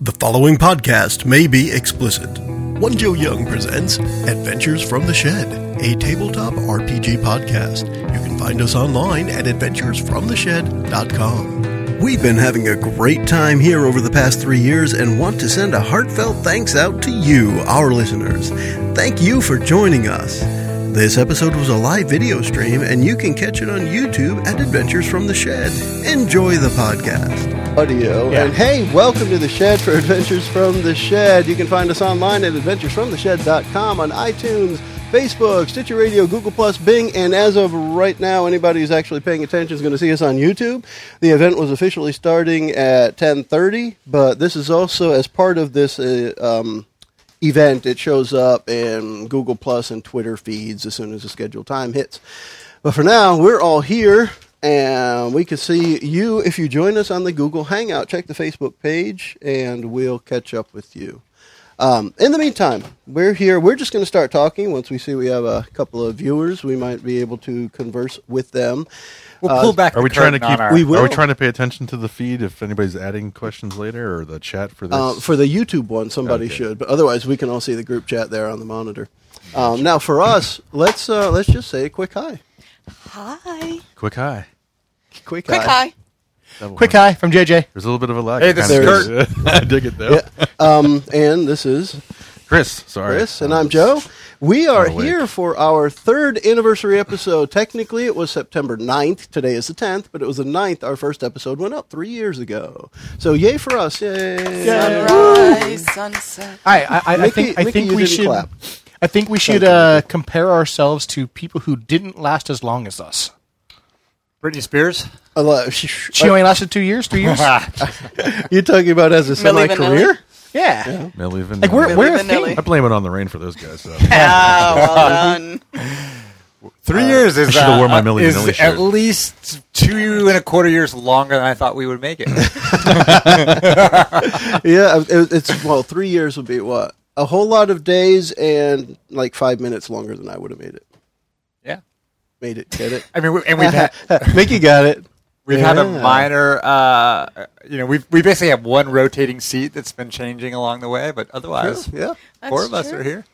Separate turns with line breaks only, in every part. The following podcast may be explicit. One Joe Young presents Adventures from the Shed, a tabletop RPG podcast. You can find us online at adventuresfromtheshed.com. We've been having a great time here over the past three years and want to send a heartfelt thanks out to you, our listeners. Thank you for joining us. This episode was a live video stream, and you can catch it on YouTube at Adventures from the Shed. Enjoy the podcast. Audio.
Yeah.
And hey, welcome to the Shed for Adventures from the Shed. You can find us online at adventuresfromtheshed.com on iTunes, Facebook, Stitcher Radio, Google Plus, Bing, and as of right now, anybody who's actually paying attention is going to see us on YouTube. The event was officially starting at 10:30, but this is also as part of this uh, um, event. It shows up in Google Plus and Twitter feeds as soon as the scheduled time hits. But for now, we're all here, and we can see you if you join us on the Google Hangout. Check the Facebook page, and we'll catch up with you. Um, in the meantime, we're here. We're just going to start talking. Once we see we have a couple of viewers, we might be able to converse with them. Uh,
We'll pull back.
Are
the
we trying to
curtain on
keep?
our-
we
Are
will.
we trying to pay attention to the feed if anybody's adding questions later or the chat for this?
Uh, for the YouTube one, somebody
Okay.
should, but otherwise we can all see the group chat there on the monitor. Um, now, for us, let's uh, let's just say a quick hi.
Hi.
quick hi,
Quick,
Quick hi.
Double
Quick
hi.
hi from JJ.
There's a little bit of a lag.
Hey,
It
this
kinda
is
goes- I dig it though.
Yeah. Um, and this is
Chris, sorry,
Chris, and I'm Joe. We are
I'm awake.
here for our third anniversary episode. Technically, it was September 9th. Today is the 10th, but it was the 9th. Our first episode went up three years ago. So, yay for us. Yay.
Sunrise, sunset.
I I,
Mickey-
I, I think I
Mickey,
think
you
we
didn't
should
clap.
I think we should uh, compare ourselves to people who didn't last as long as us.
Britney Spears.
I love- sh- sh-
She only lasted two years, three years.
You're talking about as a semi
Milli
career?
yeah,
Millie Vanilli.
like we're we're a
Vanilli.
thing.
I blame it on the rain for those guys. Though.
Ah, well done.
Three years is,
should've
uh,
worn my Milli
is
Vanilli shirt.
at least two and a quarter years longer than I thought we would make it.
yeah, it, it's, well, three years would be what? A whole lot of days and like five minutes longer than I would have made it.
yeah,
Made it. Get it?
I mean, we- and we've had
Mickey got it.
we've had
Yeah.
a minor, uh, you know, we we basically have one rotating seat that's been changing along the way, but otherwise,
Yeah.
four
That's
of us
true.
are here.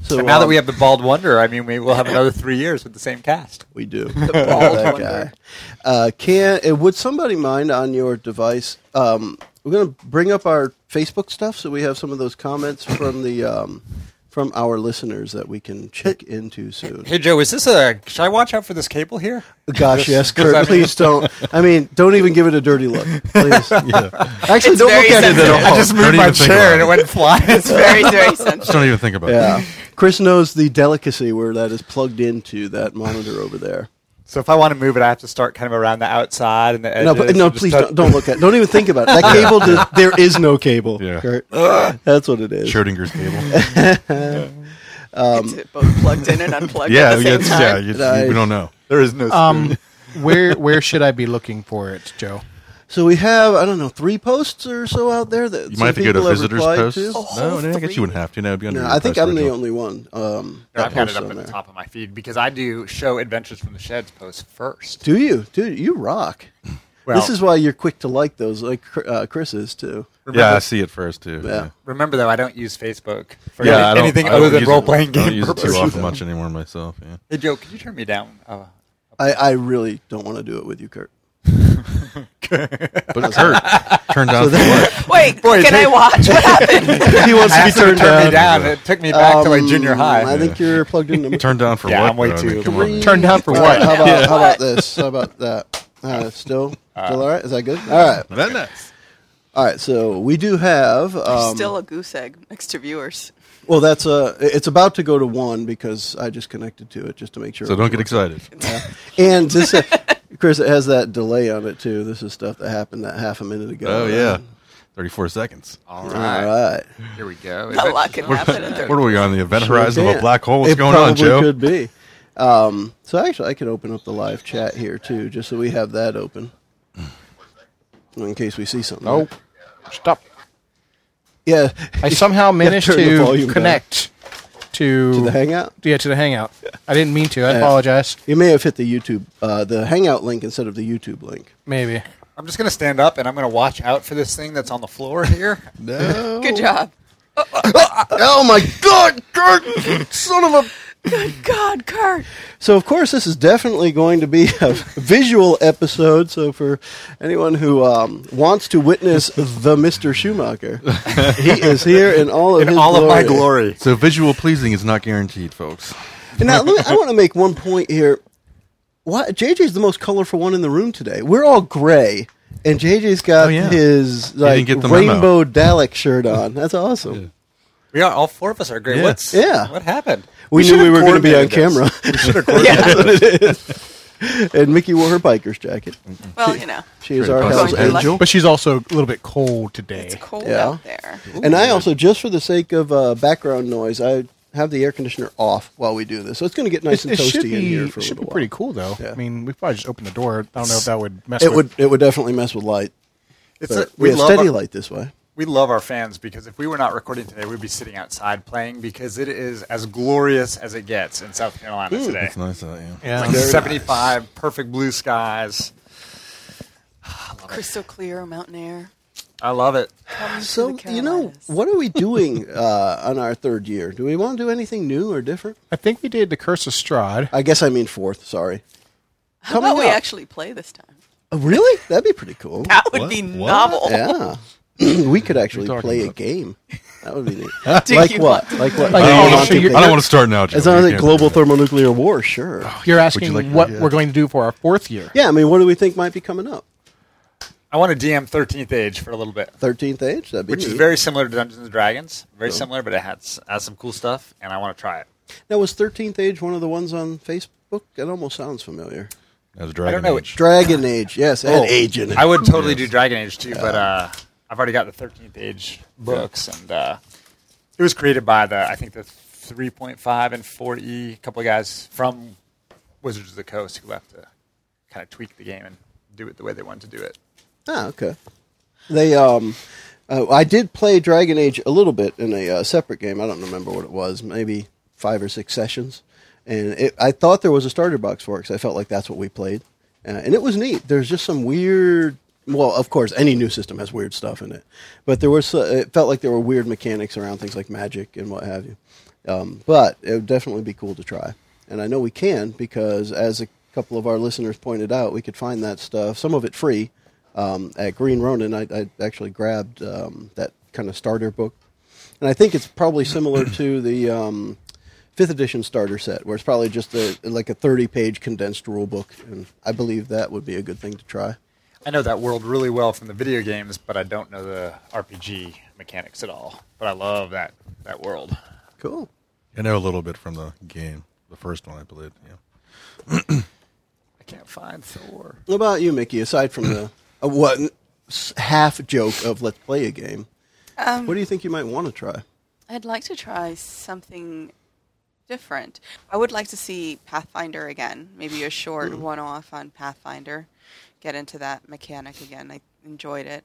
So
and now that
um,
we have the Bald Wonder, I mean, we will have another three years with the same cast.
We do.
bald
That
one
guy.
there.
Uh, can uh, would somebody mind on your device? Um, we're going to bring up our Facebook stuff so we have some of those comments from the um, from our listeners that we can check into soon.
Hey Joe, is this a? Should I watch out for this cable here?
Gosh, yes,
does that
Kurt,
mean-
please don't. I mean, don't even give it a dirty look, please. Actually, don't look
very
at it
sensitive.
at all.
I just
Don't
moved
even
my
think
chair
about
and
it.
it went flying.
It's very, very sensitive.
Just don't even think about
yeah,
it.
Chris knows the delicacy where that is plugged into that monitor over there.
So if I want to move it, I have to start kind of around the outside and the edges.
No, but, no,
and just
please
touch-
don't, don't look at. Don't even think about it. That cable. Does, there is no cable.
Yeah.
Kurt. That's what it is.
Schrodinger's table.
It's both plugged in and unplugged
yeah,
at the
yeah,
same
it's-
time.
yeah. you- you- we don't know.
There is no.
Um, where where should I be looking for it, Joe?
So we have I don't know three posts or so out there that
You
some
might have to go
people
to
have
visitors
replied
post. Oh.
to.
No,
whole
no, I guess
three.
you wouldn't have to. No, it'd be under.
No,
your
I think
post
I'm the
original.
only one. Um, that
I've got it
posts
up
on
at the
there.
top of my feed because I do show Adventures from the Sheds post first.
Do you, dude? You rock.
Well-
this is why you're quick to like those, like Chr- uh, Chris is too.
Yeah, I see it first too. Yeah,
Remember though, I don't use Facebook for
Yeah,
any-
I don't-
anything
I
other
don't
than
use it-
role playing
I don't
game
use it
purposes.
too often much anymore myself. Yeah.
Hey Joe, can you turn me down? Uh,
I, I really don't want to do it with you, Kurt.
But Kurt turned down for what?
Wait,
Boy,
can
they-
I watch? What happened?
he wants
I
to be
asked him to
turned
turn me
down.
down. It took me back to like junior
Um,
high.
I think you're plugged into
Turned down for
Yeah,
what?
I'm way
though? I
too-
mean, come on.
Turned down for
All
what?
right, how, about, how about this? How about that? Uh, still, still all right? Is that good? All right,
Then that's-
all right. So we do have um,
Still a goose egg next to viewers.
Well, that's uh, it's about to go to one because I just connected to it just to make sure.
So
it
don't get
works.
excited.
And this, uh, Chris, it has that delay on it too. This is stuff that happened that half a minute ago.
Oh yeah, thirty-four seconds.
All
All
right,
right.
here we go.
A lot can
What
happen. in there.
are we on the event
Sure
horizon of
can.
a black hole? What's
it
going on,
probably
Joe?
Could be. Um, so actually, I could open up the live chat here too, just so we have that open in case we see something.
Oh, stop!
yeah.
I somehow managed
turn the
to
volume down.
connect to,
To the Hangout?
Yeah, to the hangout. I didn't mean to. I apologize.
You may have hit the YouTube, uh, the Hangout link instead of the YouTube link.
Maybe.
I'm just going to stand up and I'm going to watch out for this thing that's on the floor here.
No.
Good job.
Oh my God, Kurt, son of a.
Good God, Kurt.
So of course, this is definitely going to be a visual episode. So for anyone who um, wants to witness the Mister Schumacher, he is here in all of
In
his
all of my
glory.
glory.
So visual pleasing is not guaranteed, folks.
And now, let me, I want to make one point here. Why JJ's the most colorful one in the room today. We're all gray, and JJ's got
Oh, yeah.
his like
get the memo.
rainbow Dalek shirt on. That's awesome.
We are all four of us are great.
Yeah.
What's
Yeah.
What happened?
We, knew
should've
we were going to be on camera.
coordinated this. We should have coordinated.
and Mickey wore her biker's jacket.
Well, you know,
She is
Very
our
possible.
house
Going to
angel.
But she's also a little bit cold today.
it's cold
Yeah.
out there.
And I also, just for the sake of uh, background noise, I have the air conditioner off while we do this, so it's going to get nice
It,
and
it
toasty
should
in
be,
here
it
for a
should
little
be
while.
pretty cool though.
Yeah.
I mean, we probably just open the door. I don't know if that would mess.
It
with-
would it would definitely mess with light.
It's
But
a,
we,
we,
have
love
steady
our,
light this way.
we love our fans because if we were not recording today, we'd be sitting outside playing because it is as glorious as it gets in South Carolina today.
It's nice out, yeah.
Yeah.
Like
Very Hmm. nice.
75, perfect blue skies.
Crystal clear mountain air.
I love it.
Come to
So
the
you know
Carolinas.
what are we doing uh, on our third year? Do we want to do anything new or different?
I think we did the Curse of Strahd.
I guess I mean fourth. Sorry.
How about
coming
we
up.
actually play this time?
Oh, really? That'd be pretty cool.
That would
What?
be
What?
novel.
Yeah, we could actually
talking
play a
about?
game. That would be neat.
Do
like
you
what?
want-
Like what?
Like,
I
Oh,
don't,
so
want, to,
you're-
I don't want to start now.
As
Joe.
long as
We
it's
can't
global
do that.
thermonuclear war, sure.
Oh.
You're asking
like to
what
do that?
we're going to do for our fourth year.
Yeah, I mean, what do we think might be coming up?
I want to DM 13th Age for a little bit,
Thirteenth Age. That'd be
which is
neat.
very similar to Dungeons and Dragons.
Oh.
Very similar, but it has, has some cool stuff, and I want to try it.
Now, was Thirteenth Age one of the ones on Facebook? That almost sounds familiar.
As a dragon
know
Age.
Dragon Age, yes,
Oh.
and Age in it.
I would totally do Dragon Age too, but uh, I've already got the 13th Age books, and uh, it was created by the I think the 3.5 and 4e a couple of guys from Wizards of the Coast who left to kind of tweak the game and do it the way they wanted to do it.
Ah, okay. They um, uh, I did play Dragon Age a little bit in a uh, separate game. I don't remember what it was. Maybe five or six sessions, and it, I thought there was a starter box for it because I felt like that's what we played, uh, and it was neat. There's just some weird. Well, of course, any new system has weird stuff in it, but there was uh, it felt like there were weird mechanics around things like magic and what have you. Um, but it would definitely be cool to try, and I know we can because as a couple of our listeners pointed out, we could find that stuff. Some of it free, um, at Green Ronin, I, I actually grabbed um, that kind of starter book, and I think it's probably similar to the um, fifth edition starter set, where it's probably just a, like a thirty-page condensed rule book, and I believe that would be a good thing to try.
I know that world really well from the video games, but I don't know the RPG mechanics at all. But I love that that world.
Cool.
I know a little bit from the game, the first one I played. Yeah.
I can't find Thor.
What about you, Mickey? Aside from the uh, what s- half joke of let's play a game, what do you think you might want to try?
I'd like to try something different. I would like to see Pathfinder again. Maybe a short one off on Pathfinder. Get into that mechanic again. I enjoyed it.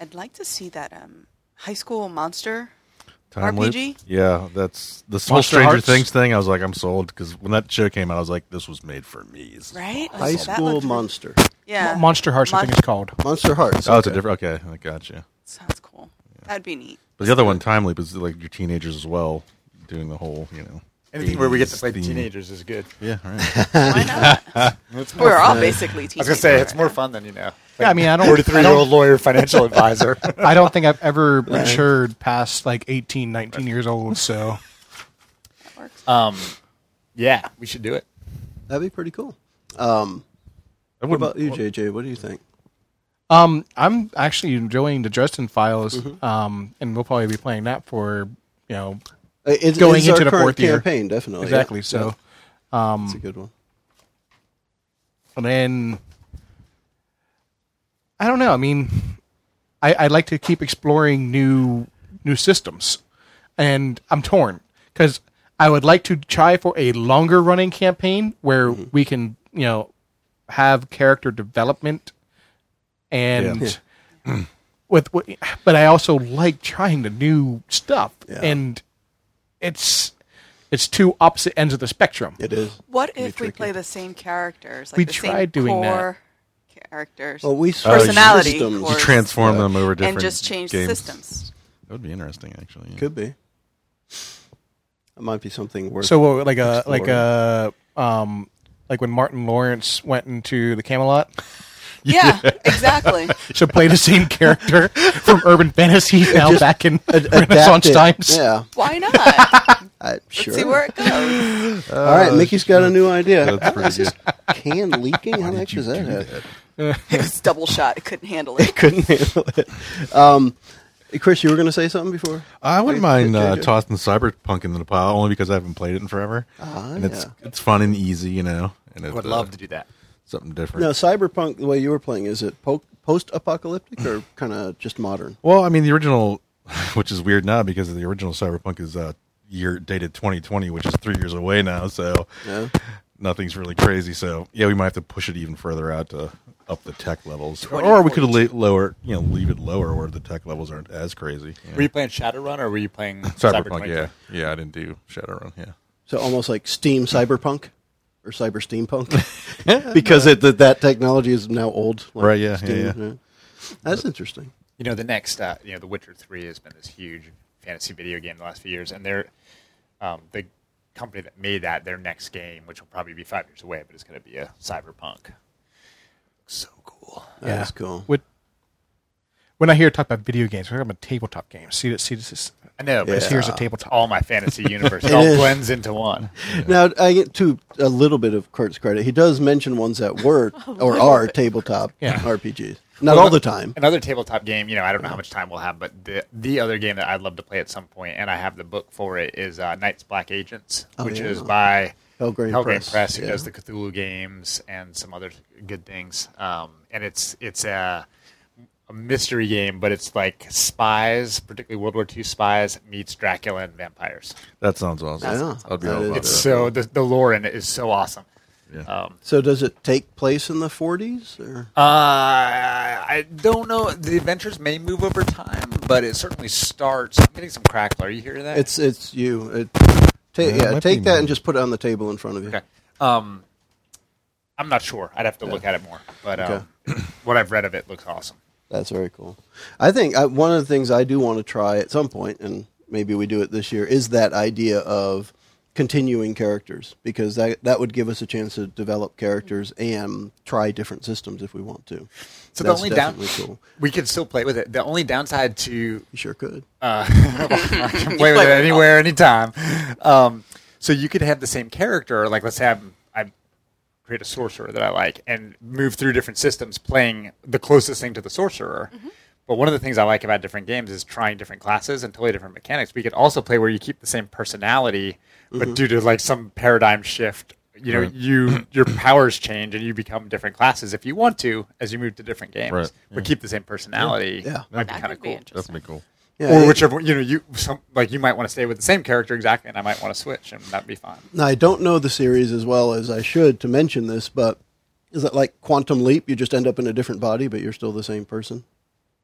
I'd like to see that um, high school monster
Time loop?
RPG.
Yeah, that's this whole
Monster
Stranger
Hearts?
Things thing. I was like, I'm sold because when that show came out, I was like, this was made for me. This is-
Right?
High
Like, Oh, that
school
looked-
monster,
Yeah.
Mon- Monster Hearts, I
Mon-
think it's called.
Monster Hearts.
Oh, it's a
Okay.
different. Okay, I gotcha.
Sounds cool. That'd be neat.
But the other one, Time Leap, is like your teenagers as well doing the whole, you know.
Anything where we get to
80s
play
theme.
teenagers is good.
Yeah, all right.
Why not? We're all
I
basically
was
teenagers.
gonna say it's
right
more
now.
fun than you know.
Yeah, I mean, I don't-
Forty-three year old lawyer, financial advisor.
I don't think I've ever matured past like 18, 19 years old. So
That works.
um, yeah, we should do it.
That'd be pretty cool. Um,
I
what
wouldn't-
about you, JJ? What do you think?
um, I'm actually enjoying the Dresden Files,
Mm-hmm.
um, and we'll probably be playing that for you know
Uh, It's,
Going
it's
into
our
the
current
fourth year.
campaign, definitely.
exactly.
Yeah.
So
That's a good one.
and then I don't know. I mean, I, I like to keep exploring new new systems, and I'm torn because I would like to try for a longer running campaign where
Mm-hmm.
we can you know have character development and.
Yeah.
With, with- but I also like trying the new stuff,
Yeah.
and it's it's two opposite ends of the spectrum.
It is.
What
be
if we
tricky.
play the same characters? Like
We
the same
tried doing that.
core characters.
Well,
Oh,
we switched
Personality
systems.
course.
Transform them over different
and just change
games.
systems.
That would be interesting, actually. yeah.
Could be. That might be something worth.
So what, like a like a um like when Martin Lawrence went into the Camelot
Yeah, exactly.
to play the same character from Urban Fantasy now
Just
back in
Ad- adapt
Renaissance
it.
times.
Yeah,
Why not? Let's
I, sure.
see where it goes.
All right, Mickey's got a new idea.
That's pretty good.
Can leaking? How much
you
is that?
do
have?
that?
It was double shot. It couldn't handle it.
Couldn't handle it. Um, Chris, you were going to say something before.
I wouldn't mind uh,
JJ.
tossing Cyberpunk into the pile only because I haven't played it in forever,
Ah,
and it's
yeah.
it's fun and easy, you know. And
I
it's
would
uh,
love to do that.
something different.
No, cyberpunk. The way you were playing is it po- post-apocalyptic or kind of just modern?
Well, I mean, the original, which is weird now because the original Cyberpunk is uh, year dated 2020, which is three years away now. So
Yeah.
nothing's really crazy. So yeah, we might have to push it even further out to up the tech levels, or we could la- lower, you know, leave it lower where the tech levels aren't as crazy. you know.
Were you playing Shadowrun or were you playing
Cyberpunk,
Cyberpunk?
yeah, yeah. I didn't do Shadowrun, yeah.
So almost like Steam Cyberpunk or Cyber Steampunk, because it, that that technology is now old. like
Right, yeah, yeah, yeah.
That's interesting.
You know, the next, uh, you know, The Witcher 3 has been this huge fantasy video game the last few years, and they're um, the company that made that their next game, which will probably be five years away, but it's going to be a cyberpunk. So cool.
That's cool.
Would- when I hear talk about video games, I talk about tabletop games. See, see this is
I know, but
Yeah.
it's
here's a
uh,
tabletop.
all my fantasy universe. It all
is.
blends into one.
Now I get to a little bit of Kurt's credit. He does mention ones that were
Oh,
or are tabletop
Yeah.
RPGs. Not all the time.
Another tabletop game, you know, I don't know how much time we'll have, but the the other game that I'd love to play at some point, and I have the book for it, is uh, Knights Black Agents,
Oh,
which
yeah.
is by
Hellgrain Press,
Press, who
yeah.
does the Cthulhu games and some other good things. Um, and it's it's a, a mystery game, but it's like spies, particularly World War II spies, meets Dracula and vampires.
That sounds awesome.
Yeah,
I'd be
that
all
is-
about
It's
that.
so the, the lore in it is so awesome.
Yeah.
Um,
So does it take place in the 40s or
Uh, I don't know. The adventures may move over time, but it certainly starts. I'm getting some crackle. Are you hearing that?
it's it's you. It, ta-
it
yeah,
might
take
be
that
mine.
and just put it on the table in front of you.
okay. Um, I'm not sure. I'd have to look at it more. But um, what I've read of it looks awesome.
That's very cool. I think I, one of the things I do want to try at some point, and maybe we do it this year, is that idea of continuing characters because that that would give us a chance to develop characters and try different systems if we want to.
So
That's
the only down,
definitely cool.
we could still play with it. The only downside to
You sure could.
uh, I can play with
play
it
with it
anywhere, anytime. Um, so you could have the same character. Like let's have I create a sorcerer that I like and move through different systems, playing the closest thing to the sorcerer.
Mm-hmm.
But one of the things I like about different games is trying different classes and totally different mechanics. We could also play where you keep the same personality,
Mm-hmm.
but due to like some paradigm shift, you know,
Right.
you your powers change and you become different classes if you want to as you move to different games.
Right.
But keep the same personality.
Yeah.
might be
That
kind
could
of
be
cool
That'd
interesting.
be cool.
Yeah,
or
it-
whichever you know you some like you might want to stay with the same character exactly, and I might want to switch, and that'd be fine.
Now, I don't know the series as well as I should to mention this, but is it like Quantum Leap? You just end up in a different body, but you're still the same person.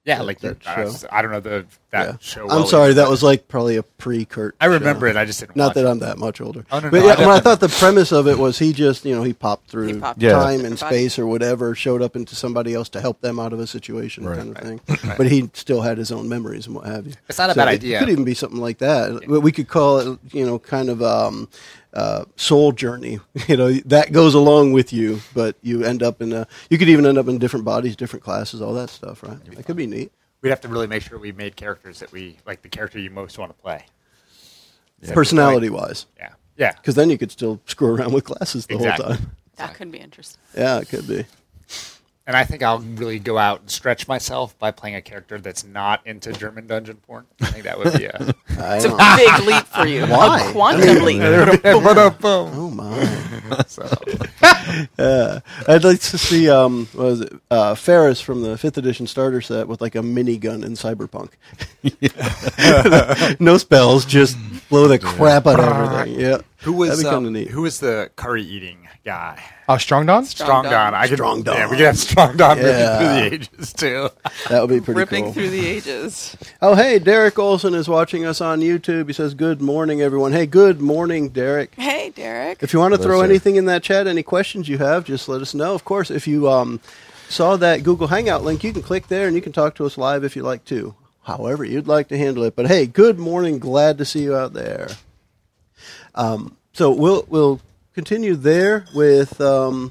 Yeah, like you,
that
uh,
show.
I don't know the that
Yeah.
show.
I'm
well
sorry,
either.
that was like probably a pre-Kurt.
I remember
show.
it. I just didn't.
Not
watch
that
it.
I'm that much older.
Oh, no,
but yeah,
no, I
well, I
definitely-
thought the premise of it was he just, you know, he popped through
He popped
Yeah. through
time and
different
space or whatever, showed up into somebody else to help them out of a situation
Right.
kind of thing. But he still had his own memories and what have you.
It's not a
So
bad
it
idea.
could even be something like that. But We could call it, you know, kind of um, uh, soul journey. You know, that goes along with you, but you end up in a, you could even end up in different bodies, different classes, all that stuff, right? That could be neat.
We'd have to really make sure we made characters that we like the character you most want to play.
Personality wise.
Yeah, yeah.
Because then you could still screw around with classes the whole
Exactly.
time.
That could be interesting.
Yeah, it could be.
And I think I'll really go out and stretch myself by playing a character that's not into German dungeon porn. I think that would be a
I
It's a
don't-
big leap for you.
Why?
A quantum leap.
Oh my!
so.
I'd like to see um, what was it? Uh, Ferris from the fifth edition starter set with like a minigun in Cyberpunk. no spells, just blow the crap out of everything. Yeah,
Who was
That'd be
um,
uh,
kinda neat.
who was the curry eating guy?
Oh, Strong Don.
Strong,
Strong
Don.
Don.
I could,
Strong Don.
Yeah, we could have Strong Don
Yeah.
moving through the ages too.
that would be pretty
Ripping
cool.
through the ages.
Oh, hey, Derek Olson is watching us on YouTube. He says, "Good morning, everyone." Hey, good morning, Derek.
Hey, Derek.
If you want to
Hello,
throw
sir.
anything in that chat, any questions you have, just let us know. Of course, if you um, saw that Google Hangout link, you can click there and you can talk to us live if you like to, however you'd like to handle it. But hey, good morning. Glad to see you out there. Um, so we'll we'll continue there with um,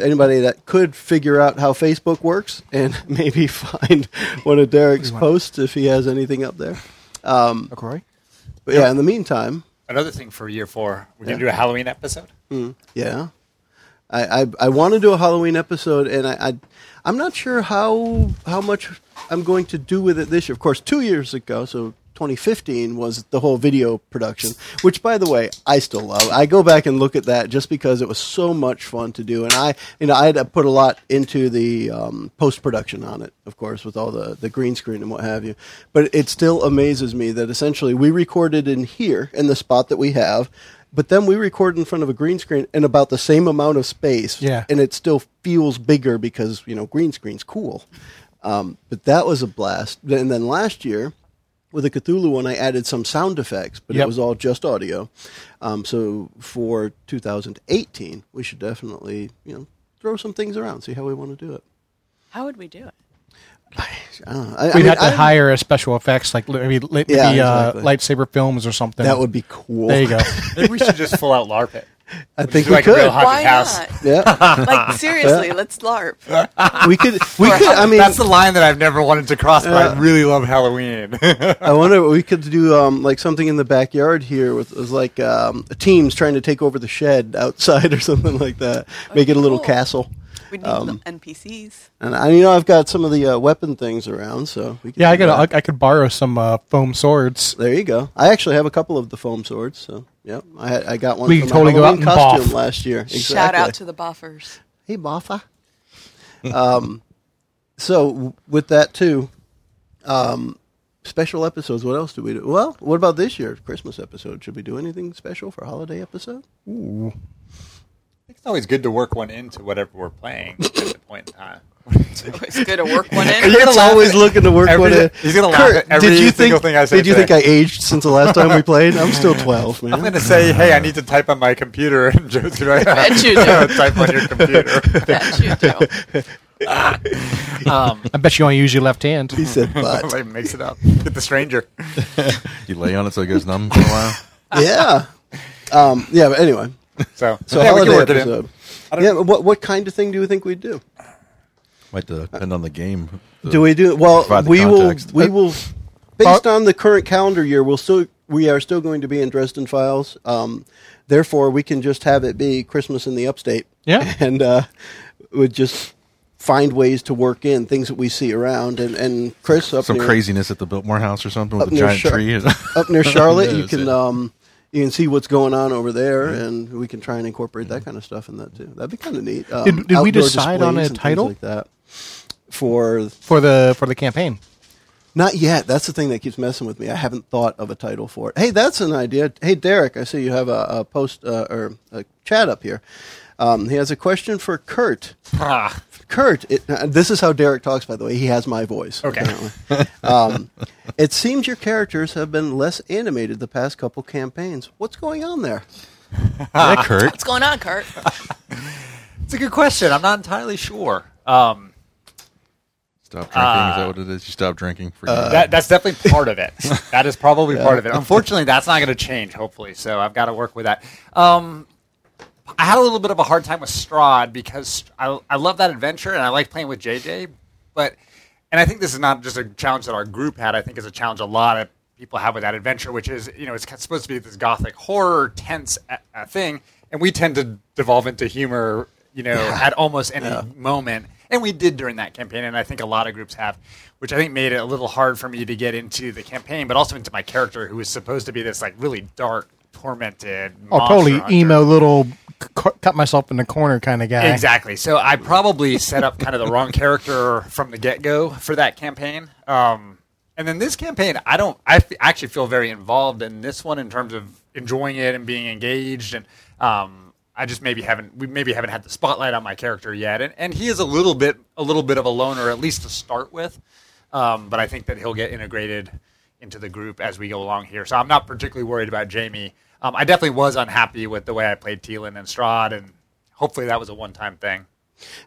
anybody that could figure out how Facebook works and maybe find one of Derek's posts if he has anything up there.
McCrory?
But yeah, in the meantime,
Another thing for year four, we're gonna do a Halloween episode.
Yeah, I I, I want to do a Halloween episode, and I, I I'm not sure how how much I'm going to do with it this year. Of course, two years ago, so 2015 was the whole video production, which by the way I still love. I go back and look at that just because it was so much fun to do, and I you know I had to put a lot into the um, post production on it, of course, with all the the green screen and what have you. But it still amazes me that essentially we recorded in here in the spot that we have but then we record in front of a green screen in about the same amount of space.
Yeah.
And it still feels bigger because, you know, green screen's cool. Um, but that was a blast. And then last year with the Cthulhu one, I added some sound effects, but it
Yep.
was all just audio. Um, so for 2018, we should definitely, you know, throw some things around, see how we want to do it.
How would we do it?
I don't know. I, I
We'd
mean,
have to
I-
hire a special effects, like maybe, maybe
Yeah,
uh,
exactly.
lightsaber films or something.
That would be cool.
There you go.
Maybe we should just full out LARP it.
I
Just
think
do
we
like a
could.
real haunted
Why
house.
not?
Yeah,
Like seriously, let's LARP.
we could. We could. I mean,
That's the line that I've never wanted to cross, but I really love Halloween.
I wonder what we could do um, like something in the backyard here with was like um, teams trying to take over the shed outside or something like that. Make it a little
cool.
castle.
We need little NPCs.
And I, you know, I've got some of the uh, weapon things around, so we could
yeah, I
do
could I,
that.
I could borrow some uh, foam swords.
There you go. I actually have a couple of the foam swords, so yeah, I, had- I got one.
We
for
could
my
totally go
Halloween
out and
costume
boff.
last year.
Shout
Exactly.
out to the boffers.
hey Boffa. um, so w- with that too, um, special episodes. What else do we do? Well, what about this year Christmas episode? Should we do anything special for holiday episode?
It's always good to work one into whatever we're playing at that point in time.
It's good to work one in.
It's always looking to work
every-
one in.
he's gonna laugh at every
did you
single
think,
thing I say
Did you think I
today.
aged since the last time we played? I'm still 12,
I'm going
man.
to say, hey, I need to type on my computer, and Joe's going
Bet you
to
do.
type on your computer.
That you do.
Um,
I bet you only use your left hand.
He said, but.
like, mix it up. Get the stranger.
You lay on it so it goes numb for a while.
yeah. Um, yeah, but anyway.
So,
So,
yeah, we can
holiday
work it in.
episode. Yeah, but what, what kind of thing do we think we'd do?
Might depend on the game.
Do we do well?
Provide the
We will.
context. Uh,
We will. Based on the current calendar year, we'll still we are still going to be in Dresden Files. Um, therefore, we can just have it be Christmas in the Upstate.
Yeah.
and uh, would just find ways to work in things that we see around. And and Chris up
some
near,
craziness at the Biltmore House or something with
Up
a
near
giant
Shar-
tree.
up near Charlotte. you
Yes,
can
yeah.
um, you can see what's going on over there, and we can try and incorporate
Mm-hmm.
that kind of stuff in that too. That'd be kind of neat. Um,
Did- did we
outdoor
decide on
displays
a
and things
title?
like that? For
for the for the campaign.
Not yet. That's the thing that keeps messing with me. I haven't thought of a title for it. Hey, that's an idea. Hey, Derek, I see you have a, a post uh, or a chat up here. Um, he has a question for Kurt.
Ah,
Kurt, it, uh, this is how Derek talks, by the way. He has my voice.
Okay.
apparently. um, it seems your characters have been less animated the past couple campaigns. What's going on there?
yeah, Kurt.
What's going on, Kurt?
it's a good question. I'm not entirely sure. Um,
Stop drinking. is
Uh,
that what it is? You stop drinking. Forget it.
that, that's definitely part of it. That is probably part of it. Unfortunately, that's not going to change, hopefully. So I've got to work with that. Um, I had a little bit of a hard time with Strahd because I, I love that adventure and I like playing with JJ. But, and I think this is not just a challenge that our group had, I think it's a challenge a lot of people have with that adventure, which is, you know, it's supposed to be this gothic horror, tense uh, uh, thing. And we tend to devolve into humor, you know, at almost any moment. And we did during that campaign, and I think a lot of groups have, which I think made it a little hard for me to get into the campaign, but also into my character, who was supposed to be this like really dark, tormented.
Oh, totally
monster hunter.
emo little cu- cut myself in the corner kind of guy.
Exactly. So I probably set up kind of the wrong character from the get go for that campaign. Um, and then this campaign, I don't. I f- actually feel very involved in this one in terms of enjoying it and being engaged. And um, I just maybe haven't. We maybe haven't had the spotlight on my character yet. And and he is a little bit a little bit of a loner at least to start with. Um, but I think that he'll get integrated into the group as we go along here. So I'm not particularly worried about Jamie. Um, I definitely was unhappy with the way I played Thielen and Strahd, and hopefully that was a one time thing.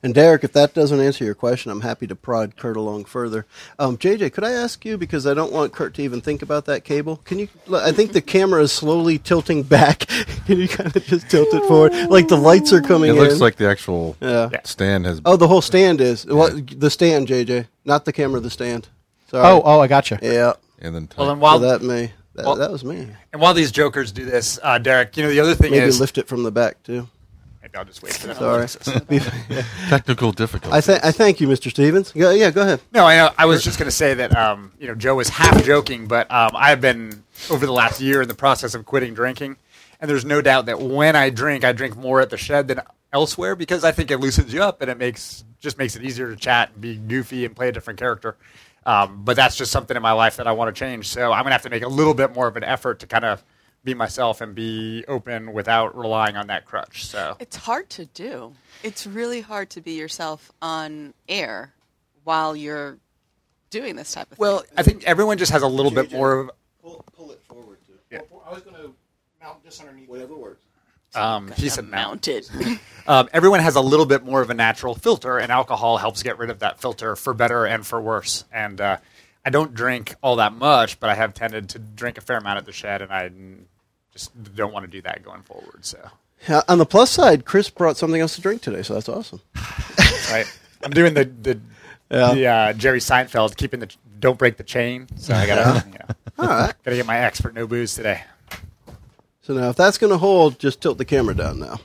And Derek, if that doesn't answer your question, I'm happy to prod Kurt along further. Um, JJ, could I ask you because I don't want Kurt to even think about that cable? Can you? I think the camera is slowly tilting back. Can you kind of just tilt it forward, like the lights are coming?
It
in.
looks like the actual
Yeah.
stand has.
Oh, the whole stand is well, the stand, JJ, not the camera, the stand. Sorry.
Oh, oh, I gotcha.
yeah.
and then
Well,
type-
and while
that me. That,
Well-
that was me.
and while these jokers do this, uh, Derek, you know the other thing
Maybe
is
lift it from the back too.
Maybe I'll just wait for that.
Sorry.
technical difficulty.
I thank I thank you, Mr. Stevens. Go, yeah, go ahead.
No, I, I was just going to say that um, you know Joe was half joking, but um, I've been over the last year in the process of quitting drinking, and there's no doubt that when I drink, I drink more at the shed than elsewhere because I think it loosens you up and it makes just makes it easier to chat and be goofy and play a different character. Um, but that's just something in my life that I want to change, so I'm going to have to make a little bit more of an effort to kind of be myself and be open without relying on that crutch. So
It's hard to do. It's really hard to be yourself on air while you're doing this type of
well,
thing.
I think everyone just has a little bit more of um,
Pull, pull it forward too.
I was going to mount just underneath.
Whatever works.
um, he said mount.
mounted.
um, everyone has a little bit more of a natural filter, and alcohol helps get rid of that filter for better and for worse. And uh, I don't drink all that much, but I have tended to drink a fair amount at the shed, and I mm, just don't want to do that going forward. So,
on the plus side, Chris brought something else to drink today, so that's awesome.
right, I'm doing the the, the uh, Jerry Seinfeld keeping the don't break the chain. So I gotta you know, gotta get my expert no booze today.
So now, if that's going to hold, just tilt the camera down now.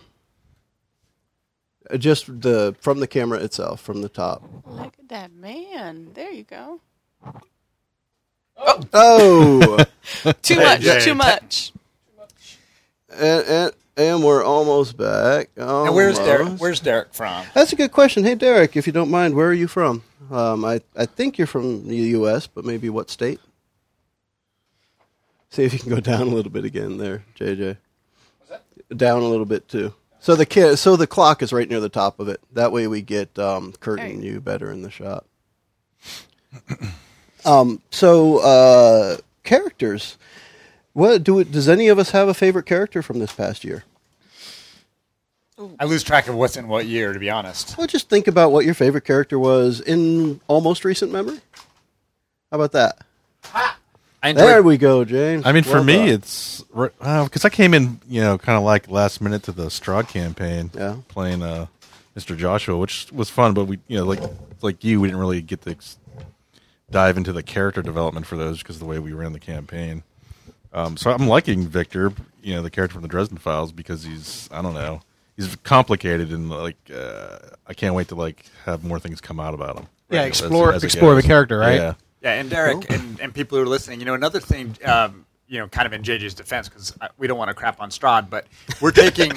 Uh, Just the from the camera itself, from the top.
Look at that man. There you go.
Oh,
Too much.
yeah, yeah.
Too much.
and, and and we're almost back.
And where's Derek?
Almost.
Where's Derek from?
That's a good question. Hey, Derek, if you don't mind, where are you from? Um, I, I think you're from the U.S., but maybe what state? See if you can go down a little bit again there, JJ. Down a little bit too. So the ca- so the clock is right near the top of it. That way we get um, Kurt and
Right.
you better in the shot. um, so uh, characters. What do it, does any of us have a favorite character from this past year?
I lose track of what's in what year, to be honest.
Well, just think about what your favorite character was in almost recent memory. How about that?
I enjoyed
There we go, James.
I mean, for
Well
me,
done.
it's because I came in, you know, kind of like last minute to the Strahd campaign,
Yeah.
playing uh, Mr. Joshua, which was fun. But we, you know, like like you, we didn't really get to ex- dive into the character development for those because of the way we ran the campaign. Um, so I'm liking Victor, you know, the character from the Dresden Files because he's I don't know, he's complicated and like uh, I can't wait to like have more things come out about him.
Yeah,
You know, as-
explore-
as it
explore the
goes.
character, right?
Yeah.
Yeah, and Derek and, and people who are listening, you know, another thing, um, you know, kind of in JJ's defense, because we don't want to crap on Strahd, but we're taking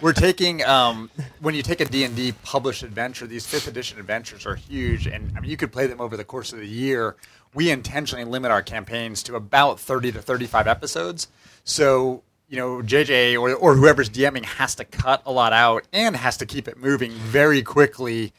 we're taking um, when you take a D and D published adventure, these fifth edition adventures are huge, and I mean, you could play them over the course of the year. We intentionally limit our campaigns to about thirty to thirty-five episodes, so you know, JJ or, or whoever's DMing has to cut a lot out and has to keep it moving very quickly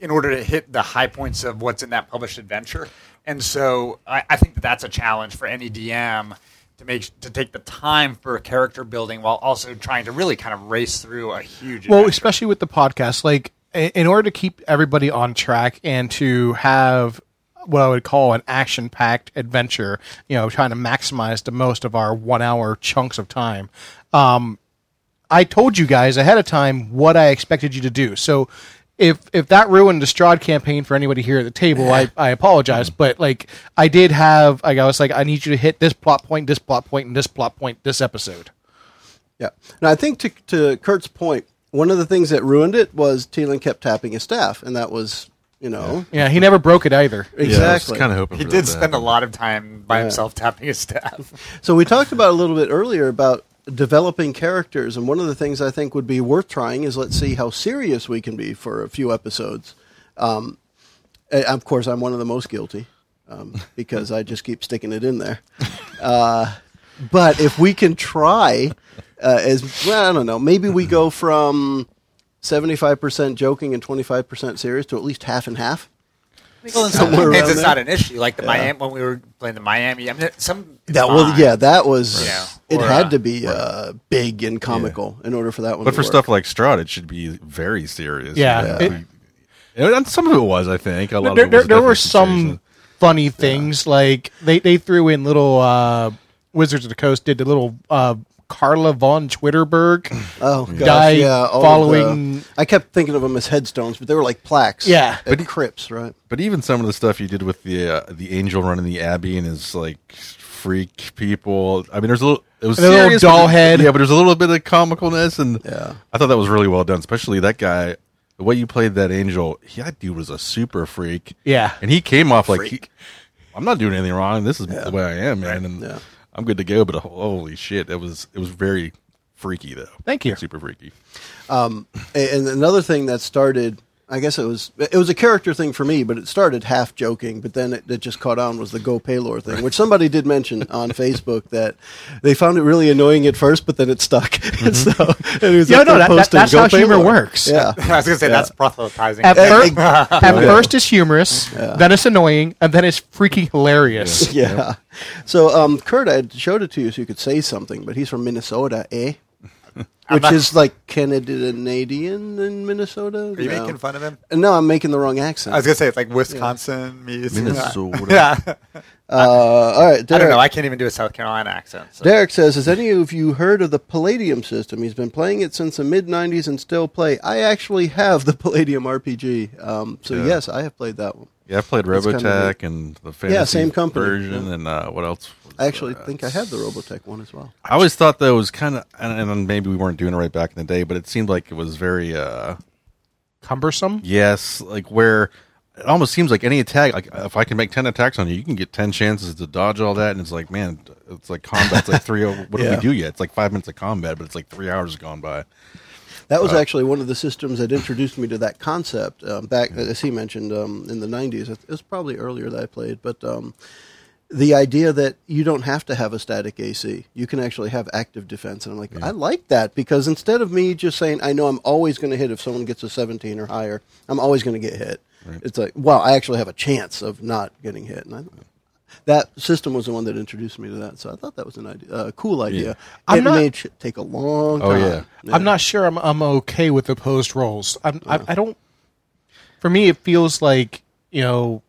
in order to hit the high points of what's in that published adventure. And so I, I think that that's a challenge for any DM to make to take the time for character building while also trying to really kind of race through a huge.
Well,
adventure.
especially with the podcast, like i- in order to keep everybody on track and to have what I would call an action-packed adventure, you know, trying to maximize the most of our one-hour chunks of time. Um, I told you guys ahead of time what I expected you to do. So if if that ruined the Strahd campaign for anybody here at the table, I, I apologize. But like I did have like I was like, I need you to hit this plot point, this plot point, and this plot point this episode.
Yeah. And I think to, to Kurt's point, one of the things that ruined it was Teelan kept tapping his staff, and that was, you know,
Yeah, he never broke it either.
exactly.
kind of hoping
he
for
did
that to
spend a
happen.
lot of time by himself tapping his staff.
So we talked about a little bit earlier about developing characters, and one of the things I think would be worth trying is let's see how serious we can be for a few episodes. Um, and of course, I'm one of the most guilty um, because I just keep sticking it in there. Uh, but if we can try, uh, as well, I don't know, maybe we go from 75% joking and 25% serious to at least half and half.
Well, in some
Somewhere
campaigns,
around
it's
there.
not an issue. Like the Miami when we were playing the Miami, I mean, some it's
That well,
fine.
yeah, that was
Yeah.
It
Or,
had
uh,
to be uh, big and comical in order for that one.
But
to
for
work.
stuff like Stroud, it should be very serious.
Yeah.
You
It-
know, we- and some of it was, I think. A lot
there,
of it
there,
was
there were
definitely
some
sensational.
funny things like they, they threw in little uh, Wizards of the Coast did the little uh, Carla von Twitterberg.
oh gosh,
guy
yeah, all of
following-
the- I kept thinking of them as headstones, but they were like plaques.
Yeah.
at crypts, right?
But even some of the stuff you did with the uh, the angel running the abbey and his like freak people. I mean, there's a little. It was
And the little
serious, but
doll
it-
head.
Yeah, but there's a little bit of comicalness, and
Yeah.
I thought that was really well done. Especially that guy, the way you played that angel. He, that dude was a super freak.
Yeah.
and he came off like, he, I'm not doing anything wrong. This is the way I am, man, and
Yeah.
I'm good to go. But holy shit, that was it was very freaky though.
Thank you.
super freaky.
A- And another thing that started, I guess it was it was a character thing for me, but it started half joking, but then it, it just caught on was the Go Paylor thing, which somebody did mention on Facebook that they found it really annoying at first, but then it stuck. And so and it was
Yeah,
up there
no, that- that-
posting,
that's
"Go
how humor
Paylor."
works.
Yeah,
I was gonna say that's proselytizing.
At, fir- at first, it's humorous, then it's annoying, and then it's freaking hilarious.
yeah. So um, Kurt, I showed it to you so you could say something, but he's from Minnesota, eh? Which
not-
is like Canadian in Minnesota.
Are you making fun of him?
No, I'm making the wrong accent.
I was gonna say it's like Wisconsin meets
Minnesota.
Yeah,
Uh, all right, Derek,
I don't know. I can't even do a South Carolina accent. So.
Derek says, "Has any of you heard of the Palladium system? He's been playing it since the mid '90s and still play. I actually have the Palladium RPG. Um, so
Yeah.
yes, I have played that one.
Yeah, I played
That's kinda
Robotech and the fantasy
same company,
version,
yeah.
and uh, what else? was
I actually
that?
think I had the Robotech one as well.
I always thought that was kind of, and, and then maybe we weren't doing it right back in the day, but it seemed like it was very, uh,
Cumbersome.
yes, like where it almost seems like any attack, like if I can make 10 attacks on you, you can get 10 chances to dodge all that. And it's like, man, it's like combat. It's like three, oh, what
Yeah.
did we do yet? It's like five minutes of combat, but it's like three hours gone by.
That
Uh,
was actually one of the systems that introduced me to that concept um, back, as he mentioned, um, in the 90s. It was probably earlier that I played, but um, the idea that you don't have to have a static AC, you can actually have active defense. And I'm like, I like that because instead of me just saying, I know I'm always going to hit if someone gets a 17 or higher, I'm always going to get hit. It's like, wow, I actually have a chance of not getting hit. And I, that system was the one that introduced me to that. So I thought that was an idea, a cool idea.
I'm
it
not-
made shit take a long time.
Oh, yeah.
I'm not sure I'm I'm okay with opposed roles. I'm, I I don't. For me, it feels like you know.